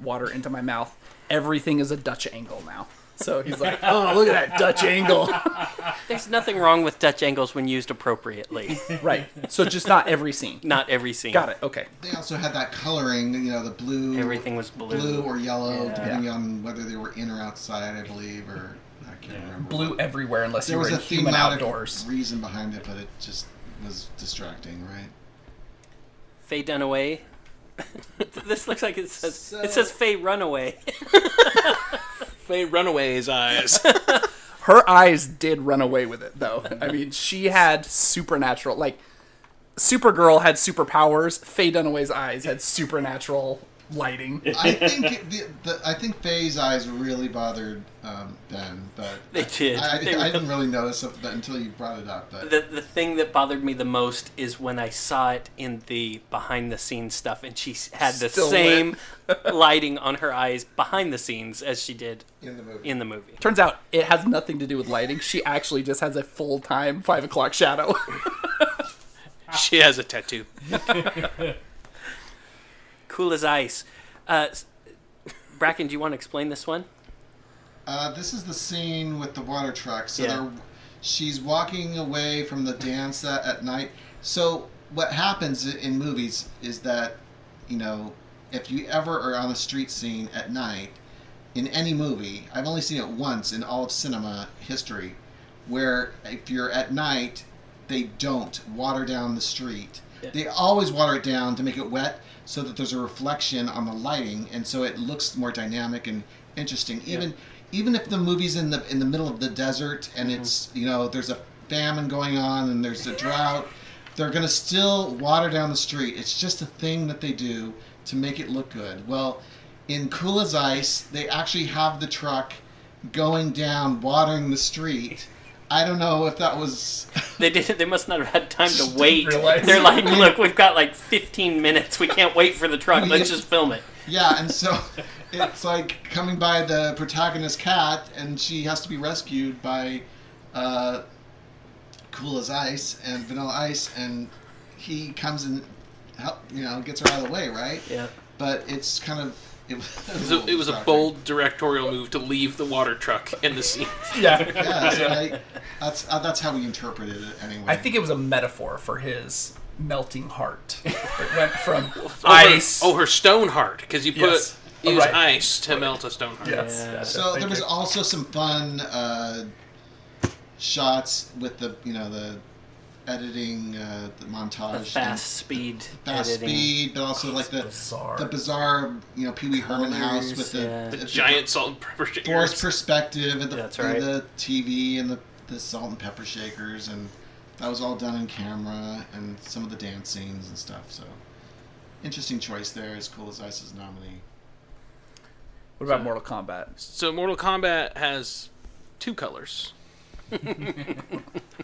Speaker 2: water into my mouth, everything is a Dutch angle now. So he's like, "Oh, look at that Dutch angle."
Speaker 4: There's nothing wrong with Dutch angles when used appropriately.
Speaker 2: right. So just not every scene.
Speaker 4: Not every scene.
Speaker 2: Got it. Okay.
Speaker 3: They also had that coloring, you know, the blue.
Speaker 4: Everything was blue.
Speaker 3: Blue or yellow,
Speaker 4: Yeah.
Speaker 3: depending on whether they were in or outside, I believe, or I can't remember.
Speaker 2: Blue everywhere unless
Speaker 3: There
Speaker 2: you were in
Speaker 3: was a
Speaker 2: human
Speaker 3: thematic
Speaker 2: outdoors.
Speaker 3: reason behind it, but it just was distracting, right?
Speaker 4: Faye Dunaway. this looks like it says
Speaker 3: So-
Speaker 4: it says Faye Runaway.
Speaker 1: Faye Runaway's eyes.
Speaker 2: Her eyes did run away with it though. I mean, she had supernatural like Supergirl had superpowers. Faye Dunaway's eyes had supernatural lighting.
Speaker 3: I think it, the, the, I think Faye's eyes really bothered um, Ben, but
Speaker 4: They did.
Speaker 3: I, I,
Speaker 4: They
Speaker 3: didn't, I didn't really notice it, but until you brought it up. But
Speaker 4: the the thing that bothered me the most is when I saw it in the behind the scenes stuff, and she s- had the
Speaker 2: Still lit.
Speaker 4: same lighting on her eyes behind the scenes as she did
Speaker 3: in the movie,
Speaker 4: in the movie.
Speaker 2: Turns out it has nothing to do with lighting. She actually just has a full time five o'clock shadow.
Speaker 1: she has a tattoo.
Speaker 4: Cool as ice. Uh, s- Bracken, do you want to explain this one?
Speaker 3: Uh, this is the scene with the water truck. So
Speaker 4: Yeah.
Speaker 3: they're, she's walking away from the dance at, at night. So what happens i- in movies is that, you know, if you ever are on a street scene at night, in any movie, I've only seen it once in all of cinema history, where if you're at night, they don't water down the street. They always water it down to make it wet so that there's a reflection on the lighting and so it looks more dynamic and interesting. Even even if the movie's in the in the middle of the desert and it's you know, there's a famine going on and there's a drought, they're gonna still water down the street. It's just a thing that they do to make it look good. Well, in Cool as Ice, they actually have the truck going down, watering the street. I don't know if that was
Speaker 4: They did. They must not have had time to wait.
Speaker 2: realize.
Speaker 4: They're like, look, we've got like 15 minutes. We can't wait for the truck. Let's just film it.
Speaker 3: Yeah, and so it's like coming by the protagonist cat, and she has to be rescued by uh, Cool as Ice and Vanilla Ice, and he comes and help, you know, gets her out of the way, right?
Speaker 4: Yeah.
Speaker 3: But it's kind of it was,
Speaker 1: It was a, it was a bold directorial move to leave the water truck in the scene.
Speaker 2: yeah.
Speaker 3: Yeah, so I, that's uh, that's how we interpreted it anyway.
Speaker 2: I think it was a metaphor for his melting heart. It went from ice.
Speaker 1: Oh, her, oh, her stone heart, because you put
Speaker 2: Yes.
Speaker 1: use
Speaker 2: Right.
Speaker 1: ice to melt a stone heart.
Speaker 2: yes.
Speaker 4: Yeah.
Speaker 2: gotcha.
Speaker 3: So there
Speaker 2: Thank
Speaker 3: was
Speaker 2: you.
Speaker 3: also some fun uh, shots with the you know the editing uh, the montage
Speaker 4: The
Speaker 3: and
Speaker 4: fast speed
Speaker 3: fast
Speaker 4: editing.
Speaker 3: speed, but also like the
Speaker 2: bizarre.
Speaker 3: the bizarre you know Pee Wee Herman house with the,
Speaker 4: yeah.
Speaker 1: The giant salt and pepper shaker.
Speaker 3: forced perspective and the,
Speaker 4: That's
Speaker 3: and
Speaker 4: right.
Speaker 3: the TV and the, the salt and pepper shakers and that was all done in camera and some of the dance scenes and stuff. So interesting choice there. As cool as Ice's nominee.
Speaker 2: What about Mortal Kombat?
Speaker 1: So Mortal Kombat has two colors.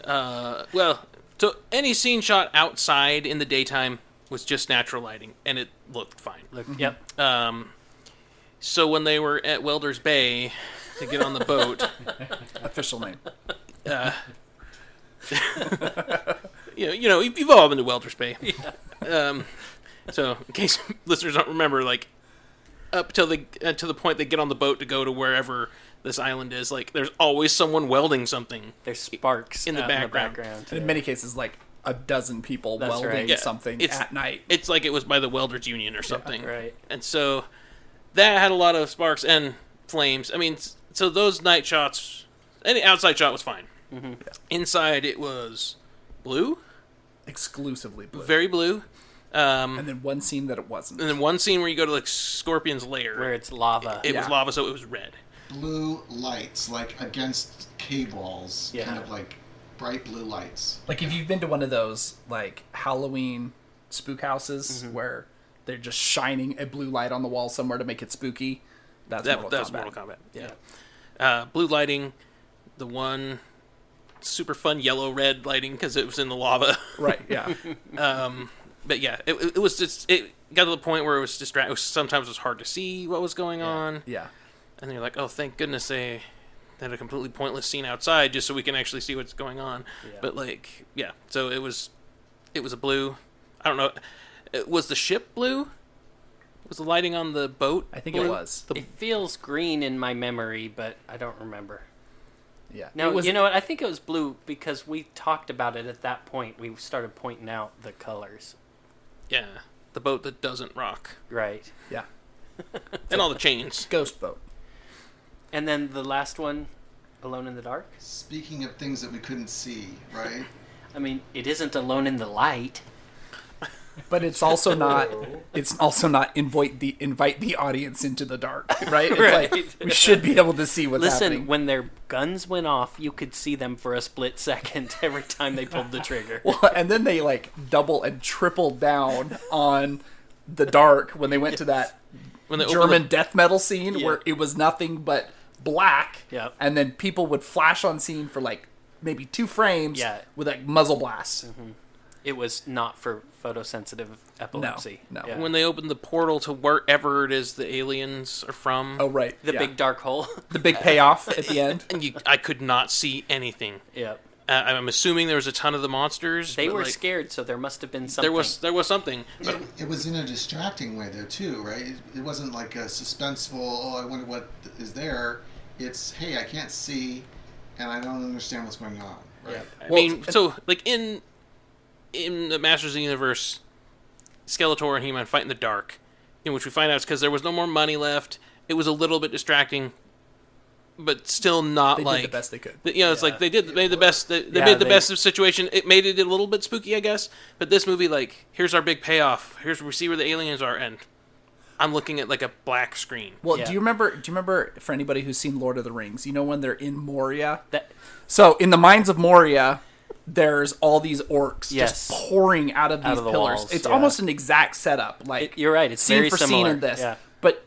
Speaker 1: uh, well, so any scene shot outside in the daytime was just natural lighting, and it looked fine.
Speaker 4: Look, Yep.
Speaker 1: Um, so when they were at Welder's Bay to get on the boat,
Speaker 2: Official name.
Speaker 1: you know, you know, you've all been to Welder's Bay. Um, so in case listeners don't remember, like up till the uh, to the point they get on the boat to go to wherever this island is, like there's always someone welding something.
Speaker 4: There's sparks
Speaker 1: In the
Speaker 4: out
Speaker 1: background.
Speaker 4: background.
Speaker 2: In many cases, like a dozen people
Speaker 4: That's
Speaker 2: welding
Speaker 4: right. Yeah,
Speaker 2: something
Speaker 1: it's-
Speaker 2: at night.
Speaker 1: It's like it was by the Welders Union or something,
Speaker 4: right.
Speaker 1: And so that had a lot of sparks and flames. I mean, s- so those night shots, any outside shot was fine.
Speaker 2: Mm-hmm.
Speaker 1: Inside it was blue,
Speaker 2: Exclusively blue.
Speaker 1: very blue. Um,
Speaker 2: and then one scene that it wasn't.
Speaker 1: and then one scene where you go to like Scorpion's lair,
Speaker 4: Where it's lava.
Speaker 1: it was
Speaker 2: Yeah.
Speaker 1: lava, so it was red.
Speaker 3: Blue lights like against cave walls,
Speaker 4: Yeah.
Speaker 3: kind of like bright blue lights.
Speaker 2: Like if you've been to one of those like Halloween spook houses
Speaker 1: Mm-hmm.
Speaker 2: where they're just shining a blue light on the wall somewhere to make it spooky. That's
Speaker 1: That
Speaker 2: Mortal
Speaker 1: that was
Speaker 2: Kombat.
Speaker 1: Mortal Kombat. Yeah. Uh, blue lighting, the one super fun yellow red lighting because it was in the lava.
Speaker 2: Right. Yeah.
Speaker 1: but yeah, it, it was just it got to the point where it was distract. Sometimes it was hard to see what was going on,
Speaker 2: yeah.
Speaker 1: and you're like, oh, thank goodness they had a completely pointless scene outside just so we can actually see what's going on. But like, yeah, so it was it was a blue. I don't know. It, was the ship blue? Was the lighting on the boat?
Speaker 2: I think it
Speaker 1: blue?
Speaker 2: was.
Speaker 1: The,
Speaker 4: It feels green in my memory, but I don't remember.
Speaker 2: Yeah.
Speaker 4: No,
Speaker 2: It was-
Speaker 4: you know what? I think it was blue because we talked about it at that point. We started pointing out the colors.
Speaker 1: yeah, the boat that doesn't rock,
Speaker 4: Right.
Speaker 2: Yeah.
Speaker 1: and all the chains.
Speaker 2: Ghost boat.
Speaker 4: And then the last one, Alone in the Dark.
Speaker 3: Speaking of things that we couldn't see, right?
Speaker 4: I mean, it isn't Alone in the Light.
Speaker 2: But it's also not. It's also not invite the invite the audience into the dark, right? It's like
Speaker 4: Right.
Speaker 2: we should be able to see what's
Speaker 4: Listen,
Speaker 2: happening.
Speaker 4: when their guns went off, you could see them for a split second every time they pulled the trigger.
Speaker 2: Well, and then they like double and triple down on the dark when they went to that
Speaker 1: When they opened
Speaker 2: German death metal scene
Speaker 4: Yeah.
Speaker 2: where it was nothing but black.
Speaker 4: Yep.
Speaker 2: And then people would flash on scene for like maybe two frames
Speaker 4: Yeah. Mm-hmm.
Speaker 2: with like muzzle blasts.
Speaker 4: It was not for photosensitive epilepsy.
Speaker 2: no.
Speaker 1: the,
Speaker 4: Yeah.
Speaker 1: when they opened the portal to wherever it is the aliens are from.
Speaker 2: Oh right.
Speaker 4: the
Speaker 2: yeah.
Speaker 4: big dark hole.
Speaker 2: the big payoff at the end.
Speaker 1: and you, I could not see anything.
Speaker 4: yeah.
Speaker 1: Uh, I'm assuming there was a ton of the monsters.
Speaker 4: They
Speaker 1: but,
Speaker 4: were
Speaker 1: like,
Speaker 4: scared, so there must have been something.
Speaker 1: There was there was something.
Speaker 3: It,
Speaker 1: But
Speaker 3: it was in a distracting way, though, too, right? It, it wasn't like a suspenseful, oh, I wonder what is there. It's, hey, I can't see, and I don't understand what's going on, right?
Speaker 1: I
Speaker 2: Well,
Speaker 1: mean, so like in in the Masters of the Universe, Skeletor and He-Man fight in the dark, in which we find out it's because there was no more money left. It was a little bit distracting, but still not
Speaker 2: They
Speaker 1: like
Speaker 2: did the best they could.
Speaker 1: Th- You know, it's like they did made the best. They, they
Speaker 4: Yeah,
Speaker 1: made the
Speaker 4: they-
Speaker 1: best of the situation. It made it a little bit spooky, I guess. But this movie, like, here's our big payoff. Here's where we see where the aliens are, and I'm looking at like a black screen.
Speaker 2: Well,
Speaker 4: Yeah.
Speaker 2: do you remember? Do you remember? For anybody who's seen Lord of the Rings, you know when they're in Moria.
Speaker 4: That,
Speaker 2: So in the mines of Moria, there's all these orcs
Speaker 4: Yes.
Speaker 2: just pouring out of these
Speaker 4: Out of the
Speaker 2: pillars.
Speaker 4: walls,
Speaker 2: it's
Speaker 4: yeah.
Speaker 2: almost an exact setup. Like
Speaker 4: It- you're right, it's
Speaker 2: scene
Speaker 4: very
Speaker 2: for
Speaker 4: similar,
Speaker 2: scene in this,
Speaker 4: yeah.
Speaker 2: but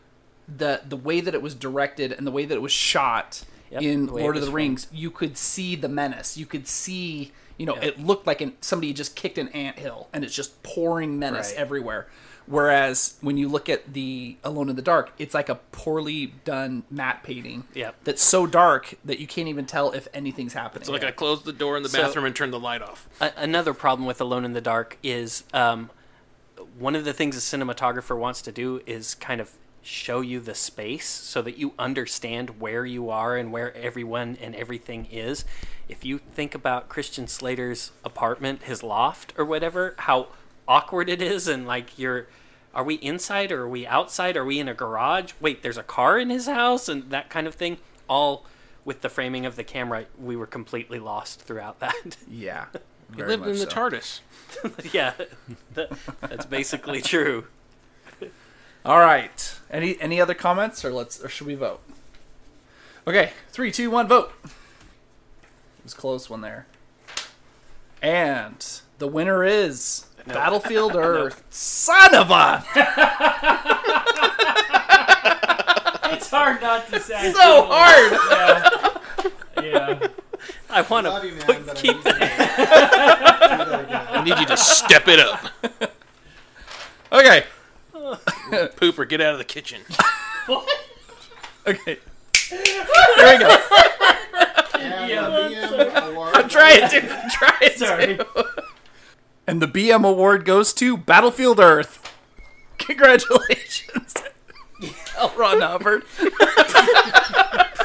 Speaker 2: the the way that it was directed and the way that it was shot
Speaker 4: Yep,
Speaker 2: in
Speaker 4: the way
Speaker 2: Lord
Speaker 4: it
Speaker 2: of the
Speaker 4: was filmed.
Speaker 2: Rings, you could see the menace. You could see, you know, it looked like an, somebody just kicked an anthill and it's just pouring menace
Speaker 4: Right.
Speaker 2: everywhere. Whereas when you look at the Alone in the Dark, it's like a poorly done matte painting
Speaker 4: Yep.
Speaker 2: that's so dark that you can't even tell if anything's happening.
Speaker 1: So like I closed the door in the bathroom and turned the light off.
Speaker 4: a- another problem with Alone in the Dark is um, one of the things a cinematographer wants to do is kind of show you the space so that you understand where you are and where everyone and everything is. If you think about Christian Slater's apartment, his loft or whatever, how awkward it is and like you're are we inside or are we outside? Are we in a garage? Wait, there's a car in his house and that kind of thing. All with the framing of the camera, we were completely lost throughout that.
Speaker 2: yeah.
Speaker 1: He lived in the TARDIS.
Speaker 4: yeah, that- that's basically true.
Speaker 2: All right. Any any other comments, or let's or should we vote? Okay, three, two, one, vote. It was a close one there. And the winner is Battlefield Earth. Son of a!
Speaker 5: It's hard not to say.
Speaker 2: So hard.
Speaker 5: Yeah. yeah.
Speaker 4: I want
Speaker 3: Love
Speaker 4: to
Speaker 3: you, man, but
Speaker 4: keep
Speaker 3: I need to do
Speaker 4: it.
Speaker 3: that again.
Speaker 1: I need you to step it up,
Speaker 2: Okay.
Speaker 1: Pooper. Get out of the kitchen.
Speaker 2: Okay. There we go.
Speaker 3: And
Speaker 5: Yeah.
Speaker 3: the BM award
Speaker 2: Try it, dude. Try it.
Speaker 5: Sorry.
Speaker 2: And the BM award goes to Battlefield Earth. Congratulations, L. Ron Hubbard.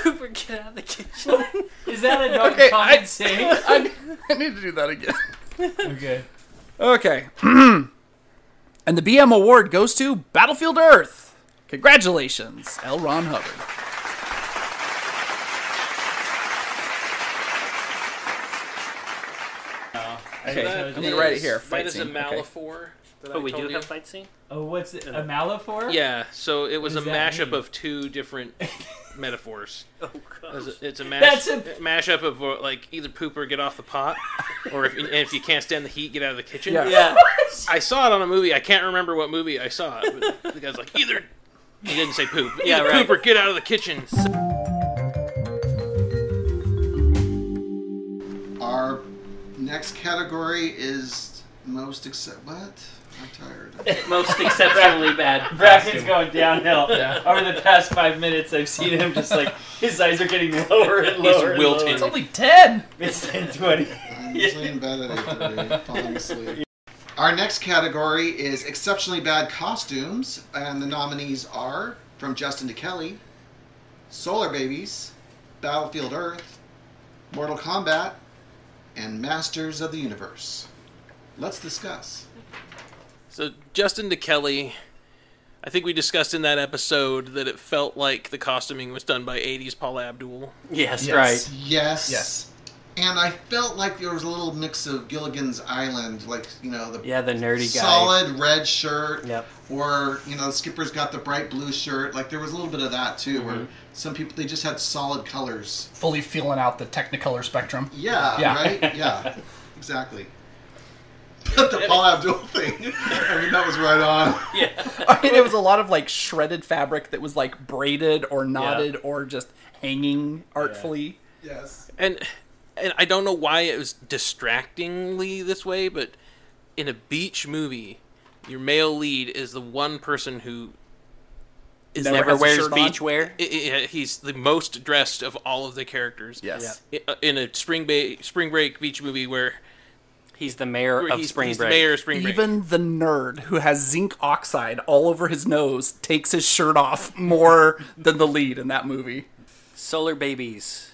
Speaker 4: Cooper, get out of the kitchen.
Speaker 5: Is that a dark
Speaker 2: Okay,
Speaker 5: okay,
Speaker 2: I-
Speaker 5: common saying?
Speaker 2: I I need to do that again.
Speaker 5: Okay.
Speaker 2: Okay. and the BM award goes to Battlefield Earth. Congratulations, L. Ron Hubbard. Okay,
Speaker 1: That
Speaker 2: I'm gonna write it
Speaker 1: is-
Speaker 2: here. Fight
Speaker 1: that is
Speaker 2: scene.
Speaker 1: a
Speaker 2: Okay.
Speaker 1: Malifor. that
Speaker 4: But
Speaker 1: I
Speaker 4: we
Speaker 1: told
Speaker 4: do
Speaker 1: you.
Speaker 4: have fight scene.
Speaker 5: Oh, what's it?
Speaker 2: Uh,
Speaker 5: A Malifor?
Speaker 1: Yeah, so it was a
Speaker 5: does that
Speaker 1: mashup
Speaker 5: mean?
Speaker 1: of two different metaphors.
Speaker 4: Oh
Speaker 1: It
Speaker 4: god.
Speaker 1: was a- It's a, mash,
Speaker 5: That's
Speaker 1: mashup of uh, like either poop or get off the pot, or if and if you can't stand the heat, get out of the kitchen.
Speaker 2: Yeah.
Speaker 4: Yeah.
Speaker 1: I saw it on a movie. I can't remember what movie I saw it. But the guy's like, either he didn't say poop.
Speaker 4: Yeah,
Speaker 1: either
Speaker 4: right.
Speaker 1: Poop or get out of the kitchen.
Speaker 3: next category is most accept. What? I'm tired.
Speaker 6: Most exceptionally bad.
Speaker 5: Bracken's
Speaker 6: costume.
Speaker 5: going downhill.
Speaker 2: Yeah.
Speaker 5: Over the past five minutes, I've seen him just like his eyes are getting lower and
Speaker 1: He's
Speaker 5: lower. and lower.
Speaker 1: wilting.
Speaker 2: It's only ten.
Speaker 5: It's 1020.
Speaker 3: I'm usually in bed at 8:30, falling asleep. Our next category is exceptionally bad costumes, and the nominees are from Justin to Kelly, Solar Babies, Battlefield Earth, Mortal Kombat, and Masters of the Universe. Let's discuss.
Speaker 1: So Justin to Kelly, I think we discussed in that episode that it felt like the costuming was done by 80s Paul Abdul.
Speaker 4: Yes,
Speaker 2: Yes.
Speaker 4: right.
Speaker 3: Yes.
Speaker 2: Yes.
Speaker 3: And I felt like there was a little mix of Gilligan's Island, like you know the
Speaker 4: Yeah, the nerdy guy.
Speaker 3: solid red shirt,
Speaker 4: Yep.
Speaker 3: or you know Skipper's got the bright blue shirt. Like there was a little bit of that too, where
Speaker 4: Mm-hmm.
Speaker 3: some people they just had solid colors.
Speaker 2: Fully feeling out the Technicolor spectrum.
Speaker 3: Yeah,
Speaker 2: Yeah.
Speaker 3: right. Yeah, exactly. But the Paul Abdul thing, I mean, that was right on.
Speaker 2: I mean, it was a lot of like shredded fabric that was like braided or knotted or just hanging artfully.
Speaker 3: Yes.
Speaker 1: And and I don't know why it was distractingly this way, but in a beach movie, your male lead is the one person who is
Speaker 2: Never
Speaker 4: Never
Speaker 2: has a
Speaker 4: wears
Speaker 2: shirt on.
Speaker 4: beachwear.
Speaker 1: I- I- he's the most dressed of all of the characters.
Speaker 2: Yes.
Speaker 1: I- uh, In a spring ba- spring break beach movie where,
Speaker 4: He's the mayor
Speaker 1: where
Speaker 4: of
Speaker 1: he's,
Speaker 4: Spring
Speaker 1: he's
Speaker 4: Break.
Speaker 1: the mayor of spring break.
Speaker 2: Even the nerd who has zinc oxide all over his nose takes his shirt off more than the lead in that movie.
Speaker 4: Solar babies.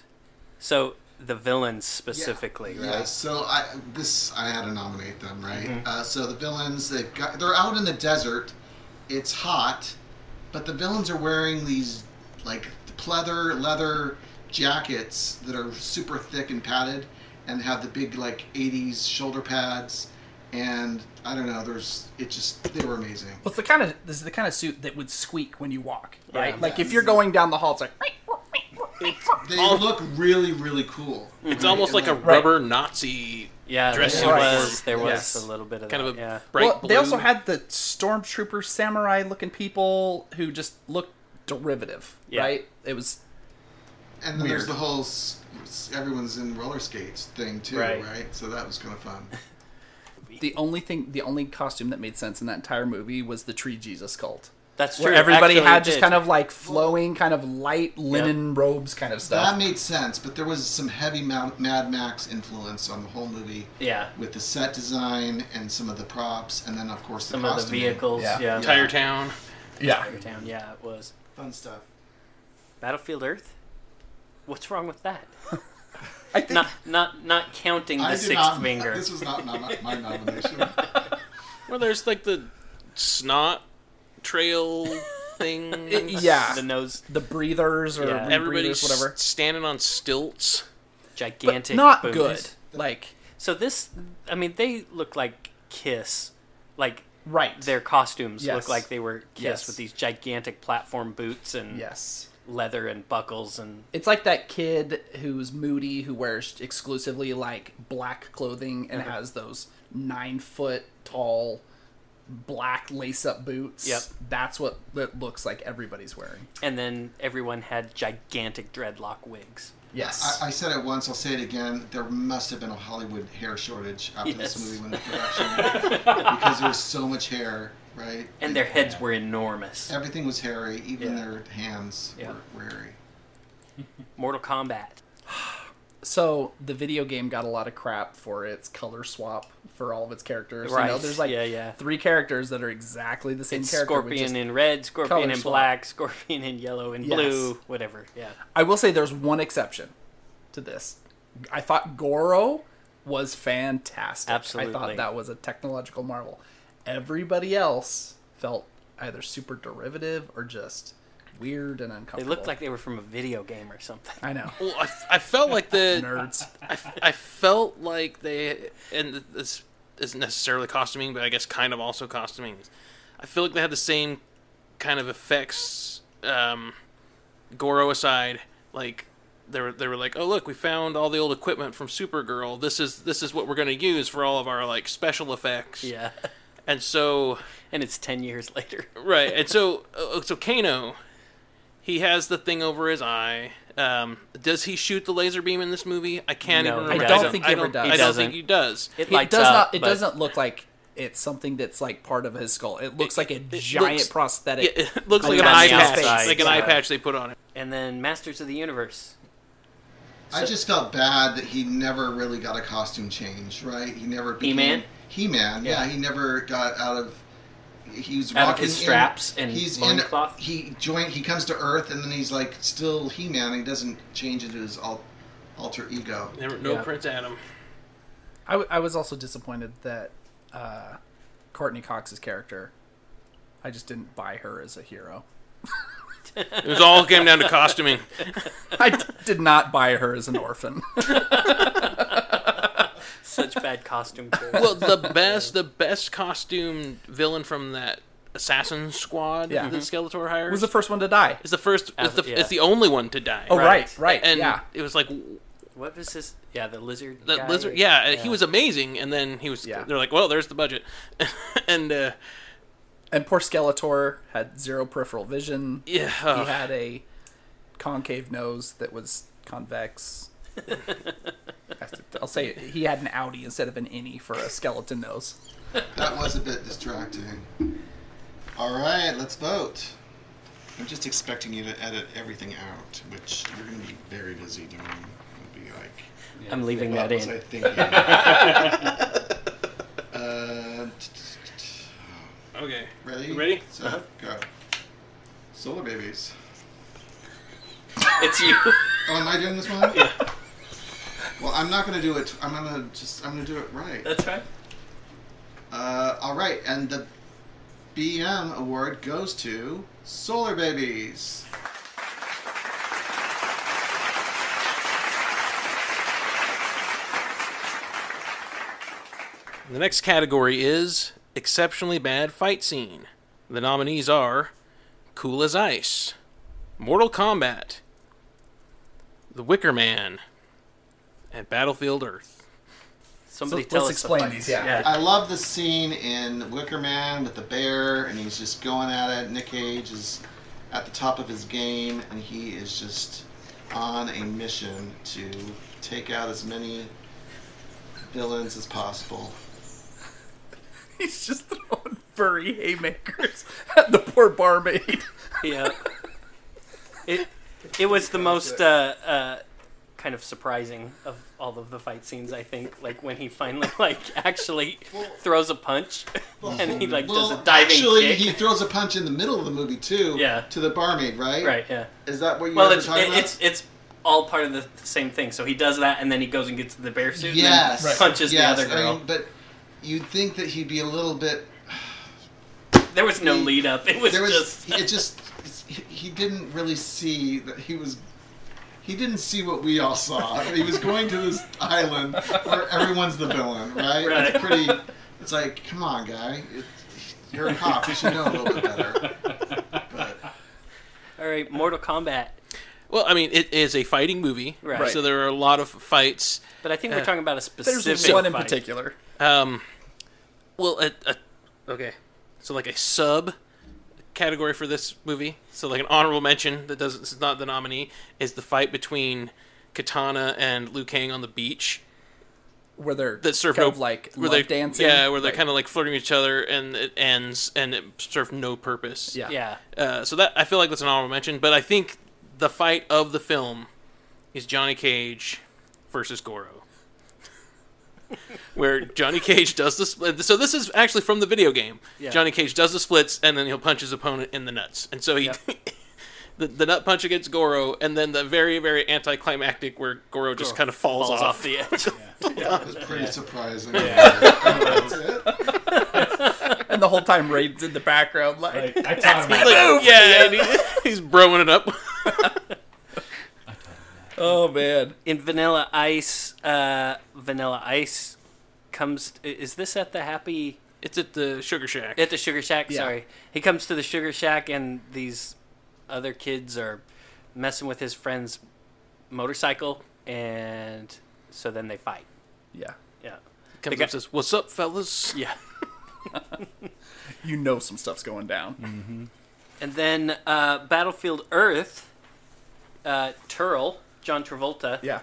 Speaker 4: So the villains specifically.
Speaker 3: Yeah, so I this I had to nominate them, right? Uh, so the villains they've got they're out in the desert. It's hot, but the villains are wearing these like pleather leather jackets that are super thick and padded, and have the big like '80s shoulder pads. And I don't know, there's it just they were amazing.
Speaker 2: Well, it's the kind of this is the kind of suit that would squeak when you walk, right?
Speaker 4: Yeah.
Speaker 2: like if you're going down the hall, it's like
Speaker 3: They look really really cool.
Speaker 1: It's almost like a
Speaker 2: Right.
Speaker 1: rubber Nazi
Speaker 4: Yeah,
Speaker 1: Dress
Speaker 4: there
Speaker 2: uniform.
Speaker 4: was there was
Speaker 2: Yes.
Speaker 4: a little bit of
Speaker 1: kind
Speaker 4: that.
Speaker 1: of a
Speaker 4: yeah.
Speaker 1: bright
Speaker 2: well,
Speaker 1: blue.
Speaker 2: they also had the stormtrooper samurai looking people who just looked derivative,
Speaker 4: Yeah.
Speaker 2: right? It was
Speaker 3: and then there's
Speaker 2: weird.
Speaker 3: the whole s- s- everyone's in roller skates thing too,
Speaker 4: Right.
Speaker 3: right? So that was kind of fun.
Speaker 2: the only thing, the only costume that made sense in that entire movie was the tree Jesus cult,
Speaker 4: That's true.
Speaker 2: where everybody
Speaker 4: Actually,
Speaker 2: had
Speaker 4: it
Speaker 2: just
Speaker 4: did.
Speaker 2: kind of like flowing, kind of light linen robes, kind of
Speaker 3: That
Speaker 2: stuff.
Speaker 3: made sense, but there was some heavy Ma- Mad Max influence on the whole movie
Speaker 4: yeah.
Speaker 3: with the set design and some of the props, and then of course the
Speaker 4: Some of the
Speaker 3: costuming.
Speaker 4: vehicles.
Speaker 2: Yeah.
Speaker 4: Yeah.
Speaker 1: entire town.
Speaker 2: yeah,
Speaker 4: Town, yeah, it was.
Speaker 3: Fun stuff.
Speaker 4: Battlefield Earth? What's wrong with that?
Speaker 2: I think
Speaker 4: Not not not counting the
Speaker 3: I did
Speaker 4: sixth
Speaker 3: not.
Speaker 4: finger.
Speaker 3: This was not nom- my nomination.
Speaker 1: Well, there's like the snot trail thing.
Speaker 2: yeah,
Speaker 4: The
Speaker 2: the,
Speaker 4: nose
Speaker 2: breathers or
Speaker 4: Yeah.
Speaker 2: rebreathers,
Speaker 1: Everybody's
Speaker 2: whatever,
Speaker 1: s- standing on stilts.
Speaker 4: gigantic
Speaker 2: but not
Speaker 4: boobies.
Speaker 2: good. Like
Speaker 4: So this I mean they look like Kiss. Like
Speaker 2: right,
Speaker 4: their costumes
Speaker 2: Yes.
Speaker 4: look like they were Kiss
Speaker 2: Yes.
Speaker 4: with these gigantic platform boots and
Speaker 2: yes.
Speaker 4: leather and buckles and
Speaker 2: It's like that kid who's moody who wears exclusively like black clothing
Speaker 4: Uh-huh.
Speaker 2: and has those nine foot tall black lace up boots.
Speaker 4: Yep.
Speaker 2: That's what it looks like everybody's wearing.
Speaker 4: and then everyone had gigantic dreadlock wigs.
Speaker 2: Yes.
Speaker 3: I, I said it once. I'll say it again. There must have been a Hollywood hair shortage after
Speaker 4: Yes.
Speaker 3: this movie went into production because there was so much hair, right?
Speaker 4: And their heads were enormous.
Speaker 3: everything was hairy. Even
Speaker 4: Yeah.
Speaker 3: their hands
Speaker 4: Yeah.
Speaker 3: were, were hairy.
Speaker 4: Mortal Kombat.
Speaker 2: so the video game got a lot of crap for its color swap for all of its characters. You know,
Speaker 4: Right.
Speaker 2: there's like
Speaker 4: Yeah, yeah.
Speaker 2: three characters that are exactly the same character. with
Speaker 4: scorpion
Speaker 2: just-
Speaker 4: in red, scorpion
Speaker 2: color
Speaker 4: in
Speaker 2: swap.
Speaker 4: black, scorpion in yellow and
Speaker 2: Yes.
Speaker 4: blue, whatever. Yeah.
Speaker 2: I will say there's one exception to this. I thought Goro was fantastic. I
Speaker 4: Absolutely.
Speaker 2: thought that was a technological marvel. Everybody else felt either super derivative or just weird and
Speaker 4: They
Speaker 2: uncomfortable.
Speaker 4: looked like they were from a video game or something.
Speaker 2: I know
Speaker 1: Well, I, f- I felt like the
Speaker 2: nerds.
Speaker 1: I, f- I felt like they and this isn't necessarily costuming, but I guess kind of also costuming. I feel like they had the same kind of effects. Um, Goro aside, like they were they were like, oh look, we found all the old equipment from Supergirl. This is this is what we're gonna use for all of our like special effects.
Speaker 4: Yeah.
Speaker 1: And so
Speaker 4: And it's 10 years later.
Speaker 1: Right, and so uh, so Kano, he has the thing over his eye, Um, does he shoot the laser beam in this movie? I can't
Speaker 4: No,
Speaker 1: even
Speaker 4: he
Speaker 1: remember.
Speaker 4: doesn't.
Speaker 1: I don't think
Speaker 2: He
Speaker 1: I don't,
Speaker 2: does.
Speaker 1: I
Speaker 2: He
Speaker 1: don't
Speaker 4: doesn't.
Speaker 1: think he does.
Speaker 4: It
Speaker 2: It
Speaker 4: lights
Speaker 2: does
Speaker 4: up,
Speaker 2: not. It
Speaker 4: but-
Speaker 2: doesn't look like it's something that's like part of his skull. It looks
Speaker 1: It-
Speaker 2: like a
Speaker 1: it
Speaker 2: giant
Speaker 1: looks- Yeah,
Speaker 2: prosthetic.
Speaker 1: it looks like an
Speaker 4: On
Speaker 1: eye
Speaker 4: the
Speaker 1: patch,
Speaker 4: outside,
Speaker 1: like an
Speaker 4: yeah.
Speaker 1: eye patch they put on it.
Speaker 4: And then Masters of the Universe.
Speaker 3: I just felt bad that he never really got a costume change, right? He never became
Speaker 4: He-Man?
Speaker 3: He-Man, yeah.
Speaker 4: Yeah.
Speaker 3: He never got out of. He was
Speaker 4: Out of
Speaker 3: walking
Speaker 4: his
Speaker 3: in-
Speaker 4: straps and
Speaker 3: he's
Speaker 4: loincloth?
Speaker 3: In, he joined. He comes to Earth, and then he's like still He-Man. He doesn't change into his al- alter ego.
Speaker 1: Never, no
Speaker 4: Yeah.
Speaker 1: Prince Adam.
Speaker 2: I, w- I was also disappointed that uh, Courtney Cox's character. I just didn't buy her as a hero.
Speaker 1: It was all came down to costuming.
Speaker 2: I d- did not buy her as an orphan.
Speaker 4: Such bad costume choice.
Speaker 1: Well, the best, the best costumed villain from that assassin squad
Speaker 2: Yeah.
Speaker 1: that Skeletor hires
Speaker 2: was the first one to die.
Speaker 1: is the first. Is the,
Speaker 4: yeah.
Speaker 1: is the only one to die.
Speaker 2: Oh right, right,
Speaker 1: And
Speaker 2: yeah.
Speaker 1: it was like
Speaker 4: what was his? Yeah, the lizard.
Speaker 1: that
Speaker 4: guy.
Speaker 1: lizard. Yeah, he was amazing, and then he was.
Speaker 2: Yeah.
Speaker 1: They're like, well, there's the budget, and uh,
Speaker 2: And poor Skeletor had zero peripheral vision.
Speaker 1: yeah, uh,
Speaker 2: He had a concave nose that was convex. I'll say it. he had an Audi instead of an innie for a skeleton nose.
Speaker 3: That was a bit distracting. All right, let's vote. I'm just expecting you to edit everything out, which you're going to be very busy doing. It'll be like,
Speaker 4: I'm leaving
Speaker 3: what
Speaker 4: that
Speaker 3: was I
Speaker 4: in.
Speaker 3: thinking? uh, t- t- t-
Speaker 1: okay.
Speaker 3: Um, ready?
Speaker 1: You ready?
Speaker 3: So, Go. Solar babies.
Speaker 4: It's you.
Speaker 3: Oh, am I doing this one? Yeah. Well, I'm not going to do it. I'm going to just. I'm going to do it right.
Speaker 4: That's right.
Speaker 3: Uh, all right, and the BM award goes to Solar Babies.
Speaker 1: The next category is Exceptionally Bad Fight Scene. The nominees are Cool as Ice, Mortal Kombat, The Wicker Man, and Battlefield Earth.
Speaker 4: Somebody
Speaker 2: So
Speaker 4: tell
Speaker 2: let's
Speaker 4: us the
Speaker 2: explain
Speaker 4: fight.
Speaker 2: these, yeah.
Speaker 3: I love the scene in Wicker Man with the bear, and he's just going at it. Nick Cage is at the top of his game, and he is just on a mission to take out as many villains as possible.
Speaker 2: He's just throwing furry haymakers at the poor barmaid.
Speaker 4: yeah. It it was the most uh, uh, kind of surprising of all of the fight scenes. I think, like when he finally like actually throws a punch, and he like does a diving
Speaker 3: actually,
Speaker 4: kick.
Speaker 3: he throws a punch in the middle of the movie too.
Speaker 4: Yeah.
Speaker 3: To the barmaid, right?
Speaker 4: right. Yeah.
Speaker 3: Is that what you
Speaker 4: Well,
Speaker 3: guys
Speaker 4: it's
Speaker 3: were talking
Speaker 4: it, it's it's all part of the same thing. So he does that, and then he goes and gets the bear suit.
Speaker 3: about?
Speaker 4: and then
Speaker 3: Yes.
Speaker 4: punches
Speaker 3: yes.
Speaker 4: the other
Speaker 3: I
Speaker 4: girl.
Speaker 3: mean, but you'd think that he'd be a little bit
Speaker 4: there was no
Speaker 3: he-
Speaker 4: lead up. It was,
Speaker 3: there was
Speaker 4: just.
Speaker 3: it just he he didn't really see that he was he didn't see what we all saw. He was going to this island where everyone's the villain, right?
Speaker 4: Right.
Speaker 3: It's pretty. It's like, come on, guy. It, you're a cop. You should know a little bit better. But
Speaker 4: all right, Mortal Kombat.
Speaker 1: Well, I mean, it is a fighting movie,
Speaker 4: Right.
Speaker 1: so there are a lot of fights.
Speaker 4: But I think we're
Speaker 1: Uh,
Speaker 4: talking about a specific
Speaker 2: There's one in
Speaker 4: fight.
Speaker 2: particular.
Speaker 1: Um, well, a, a, okay, so like a sub category for this movie, so like an honorable mention that doesn't is not the nominee is the fight between Katana and Liu Kang on the beach.
Speaker 2: Where they're
Speaker 1: that serve
Speaker 2: kind
Speaker 1: no
Speaker 2: of like
Speaker 1: where
Speaker 2: love
Speaker 1: they
Speaker 2: dancing.
Speaker 1: Yeah, where they're
Speaker 2: Right.
Speaker 1: kind of like flirting with each other, and it ends, and it served no purpose.
Speaker 2: Yeah.
Speaker 4: Yeah.
Speaker 1: Uh, so that I feel like that's an honorable mention, but I think the fight of the film is Johnny Cage versus Goro, where Johnny Cage does the split. So this is actually from the video game.
Speaker 4: Yeah.
Speaker 1: Johnny Cage does the splits, and then he'll punch his opponent in the nuts, and so he. The, the nut punch against Goro, and then the very, very anticlimactic where Goro just kind of falls,
Speaker 4: Falls
Speaker 1: off
Speaker 4: off the edge.
Speaker 3: that was pretty surprising. Yeah. That's it.
Speaker 2: and the whole time Raiden's in the background, like,
Speaker 5: Like, I taught him that.
Speaker 1: Like, yeah, and he, he's broing it up.
Speaker 2: oh man,
Speaker 4: in Vanilla Ice, uh, Vanilla Ice comes. i- Is this at the Happy
Speaker 1: It's at the Sugar Shack.
Speaker 4: at the Sugar Shack?
Speaker 2: Yeah.
Speaker 4: Sorry, he comes to the Sugar Shack, and these other kids are messing with his friend's motorcycle, and so then they fight.
Speaker 2: yeah,
Speaker 4: Yeah,
Speaker 1: Comes
Speaker 4: the
Speaker 1: up and says, "What's up, fellas?"
Speaker 4: yeah.
Speaker 2: you know
Speaker 1: Mm-hmm.
Speaker 2: some stuff's going down.
Speaker 4: And then uh, Battlefield Earth uh, Turl, John Travolta.
Speaker 2: Yeah.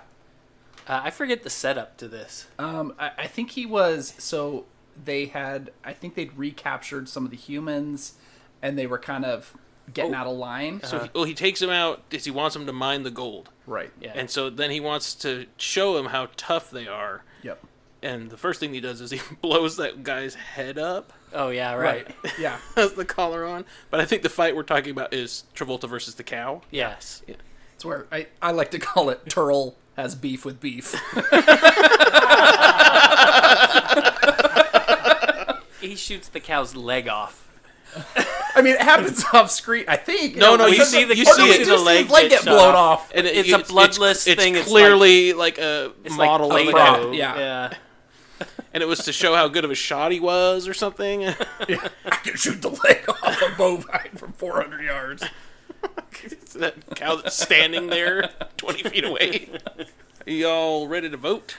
Speaker 4: Uh, I forget the setup to this.
Speaker 2: Um, I, I think he was so they had I think they'd recaptured some of the humans, and they were kind of getting
Speaker 4: Oh.
Speaker 2: out of line. Uh-huh.
Speaker 1: So he, well, he takes him out because he wants him to mine the gold,
Speaker 2: right.
Speaker 4: Yeah.
Speaker 1: and so then he wants to show him how tough they are.
Speaker 2: Yep.
Speaker 1: And the first thing he does is he blows that guy's head up.
Speaker 4: Oh yeah, right.
Speaker 2: Yeah.
Speaker 1: Has the collar on, but I think the fight we're talking about is Travolta versus the cow.
Speaker 4: Yes.
Speaker 2: It's where I, I like to call it Turl has beef with beef.
Speaker 4: He shoots the cow's leg off.
Speaker 2: I mean, it happens off screen. I think.
Speaker 1: No, no,
Speaker 2: we
Speaker 1: you
Speaker 2: just-
Speaker 1: see the- you
Speaker 2: or
Speaker 1: see
Speaker 2: we
Speaker 1: it.
Speaker 2: just
Speaker 1: the
Speaker 4: leg
Speaker 2: leg
Speaker 4: get
Speaker 2: get
Speaker 4: shot
Speaker 2: blown
Speaker 4: off.
Speaker 2: off.
Speaker 1: And it-
Speaker 4: It's a
Speaker 1: it's-
Speaker 4: bloodless
Speaker 1: it's,
Speaker 4: thing,
Speaker 1: It's
Speaker 4: it's
Speaker 1: clearly like, a
Speaker 4: It's
Speaker 1: model
Speaker 4: like
Speaker 1: of a
Speaker 4: Play-Doh.
Speaker 1: cow.
Speaker 2: Yeah.
Speaker 4: yeah.
Speaker 1: and it was to show how good of a shot he was or something.
Speaker 2: I can shoot the leg off a bovine from 400 yards.
Speaker 1: It's that cow that's standing there 20 feet away. Y'all ready to vote?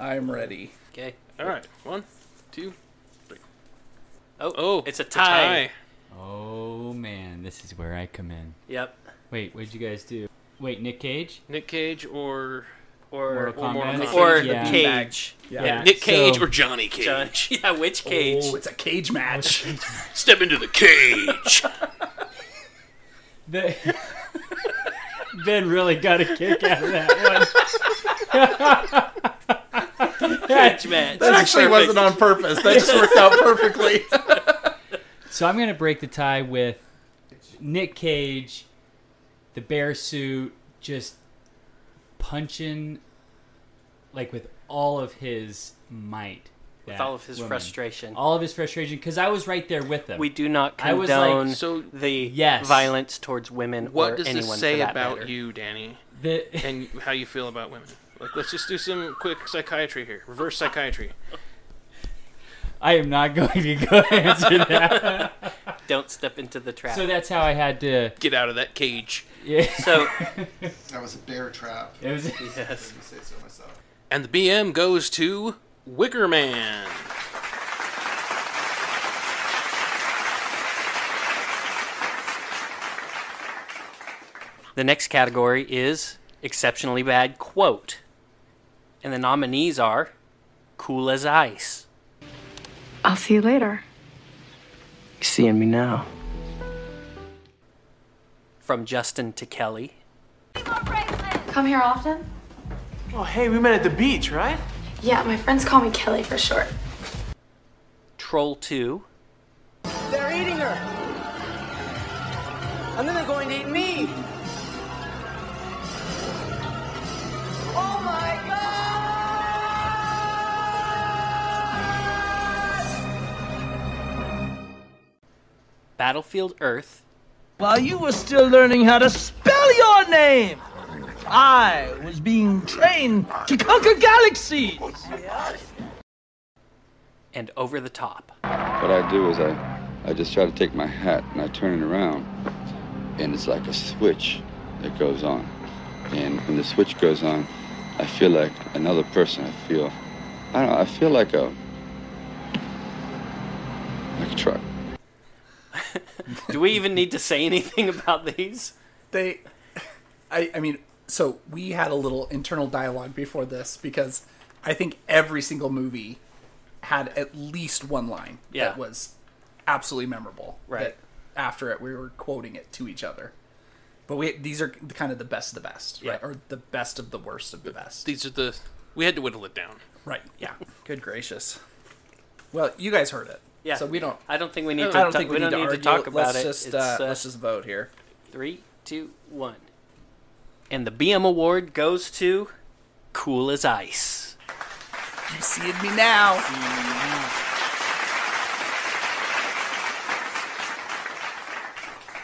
Speaker 2: I'm ready.
Speaker 4: Okay.
Speaker 1: All right. One, two.
Speaker 4: Oh,
Speaker 1: Oh,
Speaker 4: it's a tie.
Speaker 5: Oh man, this is where I come in.
Speaker 4: Yep.
Speaker 5: Wait, what'd you guys do? Wait, Nick Cage?
Speaker 1: Nick Cage or
Speaker 4: Or
Speaker 5: Mortal
Speaker 1: or Mortal
Speaker 5: Kombat?
Speaker 1: Kombat.
Speaker 4: or
Speaker 5: yeah.
Speaker 4: the cage.
Speaker 2: Yeah.
Speaker 1: Nick Cage
Speaker 5: so-
Speaker 1: or Johnny Cage?
Speaker 4: Judge. Yeah, which cage?
Speaker 2: Oh, it's a cage match.
Speaker 1: Step into the cage.
Speaker 5: The- ben really got a kick out of that one.
Speaker 4: Cage match.
Speaker 2: That actually wasn't on purpose. That just worked out perfectly.
Speaker 5: So I'm gonna break the tie with Nick Cage, the bear suit, just punching like with all of his might.
Speaker 4: With
Speaker 5: that
Speaker 4: all of his
Speaker 5: woman.
Speaker 4: frustration.
Speaker 5: All of his frustration, because I was right there with him.
Speaker 4: We do not
Speaker 5: I was like,
Speaker 4: condone
Speaker 1: so-
Speaker 4: the
Speaker 5: Yes.
Speaker 4: violence towards women
Speaker 1: what
Speaker 4: or
Speaker 1: does
Speaker 4: anyone
Speaker 1: this
Speaker 4: for
Speaker 1: say
Speaker 4: that
Speaker 1: about
Speaker 4: matter.
Speaker 1: you, Danny,
Speaker 5: The-
Speaker 1: and how you feel about women? Like, let's just do some quick psychiatry here. Reverse psychiatry.
Speaker 5: I am not going to go answer that.
Speaker 4: Don't step into the trap.
Speaker 5: so that's how I had to.
Speaker 1: Get out of that cage.
Speaker 5: Yeah,
Speaker 4: So,
Speaker 3: That was a bear trap.
Speaker 5: it was.
Speaker 4: yes.
Speaker 3: Let me say so myself.
Speaker 1: And the BM goes to Wicker Man.
Speaker 4: The next category is exceptionally bad quote. And the nominees are cool as ice.
Speaker 7: I'll see you later.
Speaker 4: You seeing me now? From Justin to Kelly.
Speaker 8: Come here often?
Speaker 9: Oh, hey, we met at the beach, right?
Speaker 8: Yeah, my friends call me Kelly for short.
Speaker 4: Troll 2.
Speaker 9: They're eating her. And then they're going to eat me. Oh my
Speaker 4: Battlefield Earth.
Speaker 9: While you were still learning how to spell your name, I was being trained to conquer galaxies.
Speaker 4: And Over the Top.
Speaker 10: What I do is I, I just try to take my hat and I turn it around, and it's like a switch that goes on. And when the switch goes on, I feel like another person. I feel, I don't know, I feel like a, like a truck.
Speaker 4: Do we even need to say anything about these?
Speaker 2: they I, I mean so we had a little internal dialogue before this because i think every single movie had at least one line
Speaker 4: Yeah.
Speaker 2: that was absolutely memorable
Speaker 4: Right.
Speaker 2: that after it we were quoting it to each other but we these are the- kind of the best of the best right
Speaker 4: Yeah.
Speaker 2: or the best of the worst of the best
Speaker 1: These are the. We had to whittle it down.
Speaker 2: right yeah good gracious well you guys heard it
Speaker 4: Yeah.
Speaker 2: so we don't
Speaker 4: I don't think we need to,
Speaker 2: I don't
Speaker 4: ta-
Speaker 2: think we,
Speaker 4: don't
Speaker 2: need, to
Speaker 4: need
Speaker 2: argue.
Speaker 4: to talk about
Speaker 2: let's
Speaker 4: it.
Speaker 2: Just,
Speaker 4: It's,
Speaker 2: uh,
Speaker 4: uh,
Speaker 2: let's just vote here.
Speaker 4: Three, two, one. And the BM award goes to Cool as Ice.
Speaker 2: You see me now.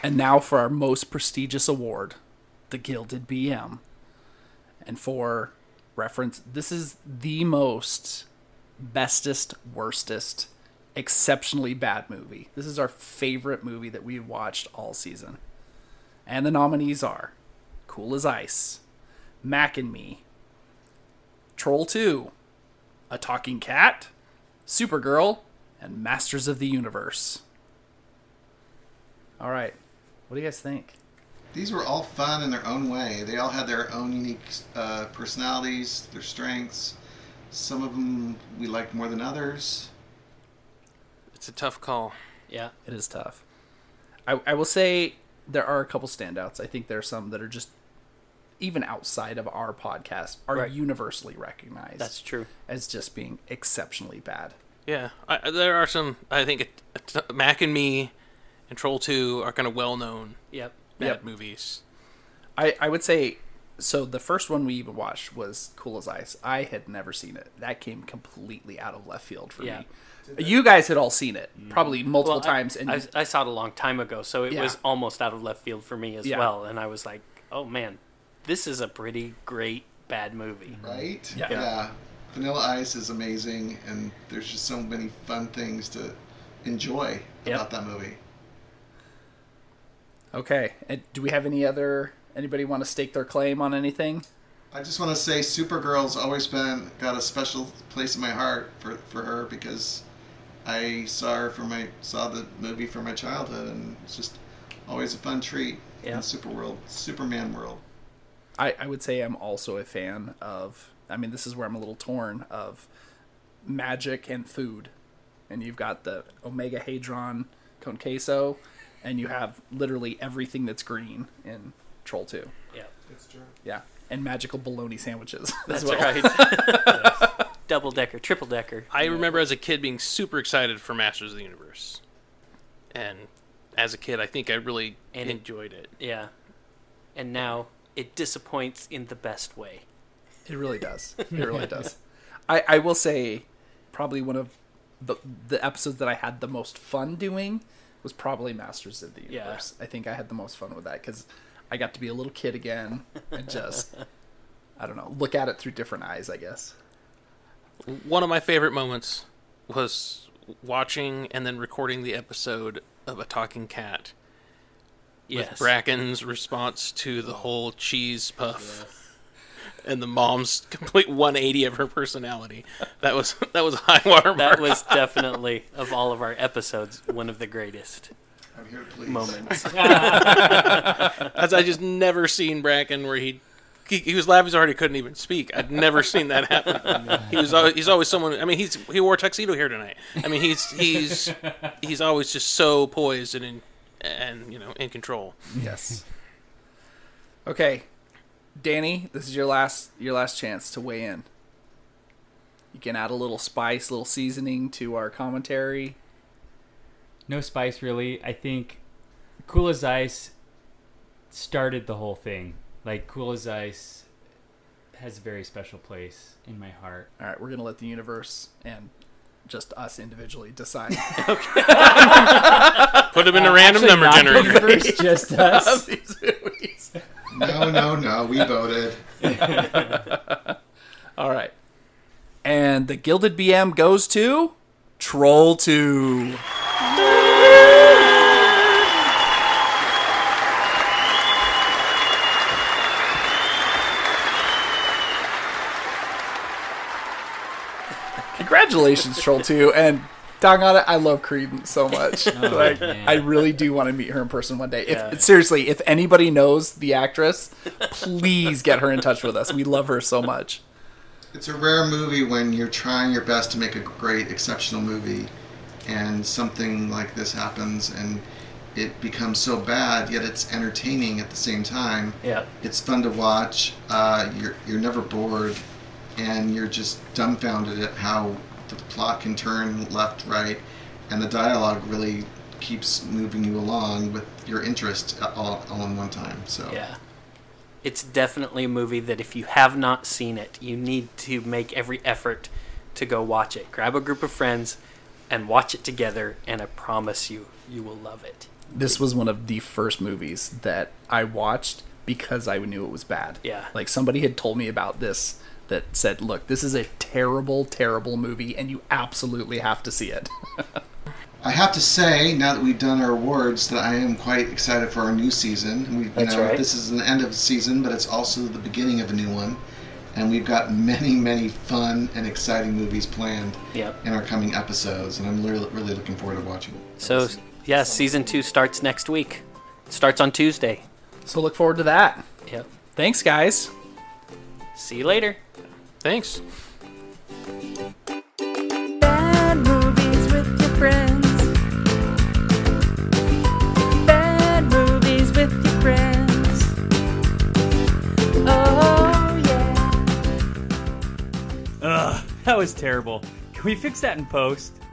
Speaker 2: And now for our most prestigious award, the Gilded BM. And for reference, this is the most bestest, worstest, exceptionally bad movie. This is our favorite movie that we watched all season. And the nominees are Cool as Ice, Mac and Me, Troll 2, a talking cat, Supergirl, and Masters of the Universe. All right, what do you guys think?
Speaker 3: These were all fun in their own way. They all had their own unique uh, personalities, their strengths. Some of them we liked more than others.
Speaker 1: It's a tough call.
Speaker 4: Yeah.
Speaker 2: It is tough. I, I will say there are a couple standouts. I think there are some that are just even outside of our podcast are
Speaker 4: Right.
Speaker 2: universally recognized.
Speaker 4: That's true.
Speaker 2: As just being exceptionally bad.
Speaker 1: Yeah, I, I- there are some. I think it, it, Mac and Me and Troll Two are kind of well known
Speaker 4: Yep.
Speaker 1: bad
Speaker 2: Yep.
Speaker 1: movies.
Speaker 2: I, I would say so the first one we even watched was Cool as Ice. I had never seen it. That came completely out of left field for
Speaker 4: Yeah.
Speaker 2: me. You guys had all seen it probably multiple
Speaker 4: Well, I-
Speaker 2: times and
Speaker 4: I, I saw it a long time ago, so it
Speaker 2: Yeah.
Speaker 4: was almost out of left field for me as
Speaker 2: Yeah.
Speaker 4: well. And I was like, oh man, this is a pretty great bad movie.
Speaker 3: Right?
Speaker 2: Yeah.
Speaker 3: Vanilla Ice is amazing, and there's just so many fun things to enjoy
Speaker 4: Yep.
Speaker 3: about that movie.
Speaker 2: Okay. And do we have any other anybody want to stake their claim on anything?
Speaker 3: I just want to say Supergirl's always been got a special place in my heart for, for her because I saw her from my saw the movie from my childhood and it's just always a fun treat in
Speaker 4: Yeah.
Speaker 3: the super world Superman world.
Speaker 2: I, I would say I'm also a fan of. I mean, this is where I'm a little torn of magic and food, and you've got the omega hadron con queso, and you have literally everything that's green in Troll Two.
Speaker 4: Yeah.
Speaker 2: Yeah, and magical bologna sandwiches.
Speaker 4: That's
Speaker 2: as well.
Speaker 4: right. Double decker, triple decker.
Speaker 1: I remember as a kid being super excited for Masters of the Universe, and as a kid, I think I really
Speaker 4: And it-
Speaker 1: enjoyed it.
Speaker 4: Yeah. And now it disappoints in the best way.
Speaker 2: It really does. It really does. I, I will say, probably one of the the episodes that I had the most fun doing was probably Masters of the
Speaker 4: Yeah.
Speaker 2: Universe. I think I had the most fun with that because I got to be a little kid again and just I don't know look at it through different eyes. I guess.
Speaker 1: One of my favorite moments was watching and then recording the episode of a talking cat with
Speaker 4: Yes.
Speaker 1: Bracken's response to the whole cheese puff and the mom's complete 180 of her personality. That was that was a high watermark.
Speaker 4: that was definitely of all of our episodes one of the greatest
Speaker 3: I'm here to please.
Speaker 4: moments.
Speaker 1: That's, I just never seen Bracken where he. He, he was laughing so hard he couldn't even speak. I'd never seen that happen. He was always, he's always someone. I mean, he's he wore a tuxedo here tonight. I mean, he's he's he's always just so poised and in, and you know in control.
Speaker 2: Yes. okay, Danny, this is your last your last chance to weigh in. You can add a little spice, little seasoning to our commentary.
Speaker 5: No spice, really. I think Cool as Ice started the whole thing. Like, Cool as Ice has a very special place in my heart.
Speaker 2: All right, we're gonna let the universe and just us individually decide.
Speaker 1: Put him in a random
Speaker 5: Actually,
Speaker 1: number
Speaker 5: not the
Speaker 1: generator.
Speaker 5: universe, just us.
Speaker 3: No, no, no. We voted.
Speaker 2: All right, and the gilded BM goes to Troll Two. Congratulations, Troll Two, and dog on it, I love Creedence so much. like,
Speaker 5: man.
Speaker 2: I really do want to meet her in person one day. If
Speaker 4: Yeah.
Speaker 2: seriously, if anybody knows the actress, please get her in touch with us. We love her so much.
Speaker 3: It's a rare movie when you're trying your best to make a great, exceptional movie, and something like this happens, and it becomes so bad, yet it's entertaining at the same time.
Speaker 4: yeah.
Speaker 3: It's fun to watch. Uh, you're you're never bored, and you're just dumbfounded at how the plot can turn left, right, and the dialogue really keeps moving you along with your interest all, all in one time. So
Speaker 4: Yeah. It's definitely a movie that if you have not seen it, you need to make every effort to go watch it. Grab a group of friends and watch it together, and I promise you, you will love it.
Speaker 2: This was one of the first movies that I watched because I knew it was bad.
Speaker 4: Yeah.
Speaker 2: Like somebody had told me about this that said, "Look, this is a terrible, terrible movie and you absolutely have to see it."
Speaker 3: I have to say, now that we've done our awards, that I am quite excited for our new season. And We, you
Speaker 4: That's
Speaker 3: know,
Speaker 4: right.
Speaker 3: This is an end of season, but it's also the beginning of a new one. And we've got many, many fun and exciting movies planned
Speaker 4: Yep.
Speaker 3: in our coming episodes. And I'm really, really looking forward to watching it.
Speaker 4: So, yeah, season two starts next week. It starts on Tuesday.
Speaker 2: So look forward to that.
Speaker 4: Yep.
Speaker 2: Thanks, guys.
Speaker 4: See you later.
Speaker 11: Thanks.
Speaker 12: Bad movies with your friends. Bad movies with your friends. Oh, yeah.
Speaker 5: Ugh, that was terrible. Can we fix that in post?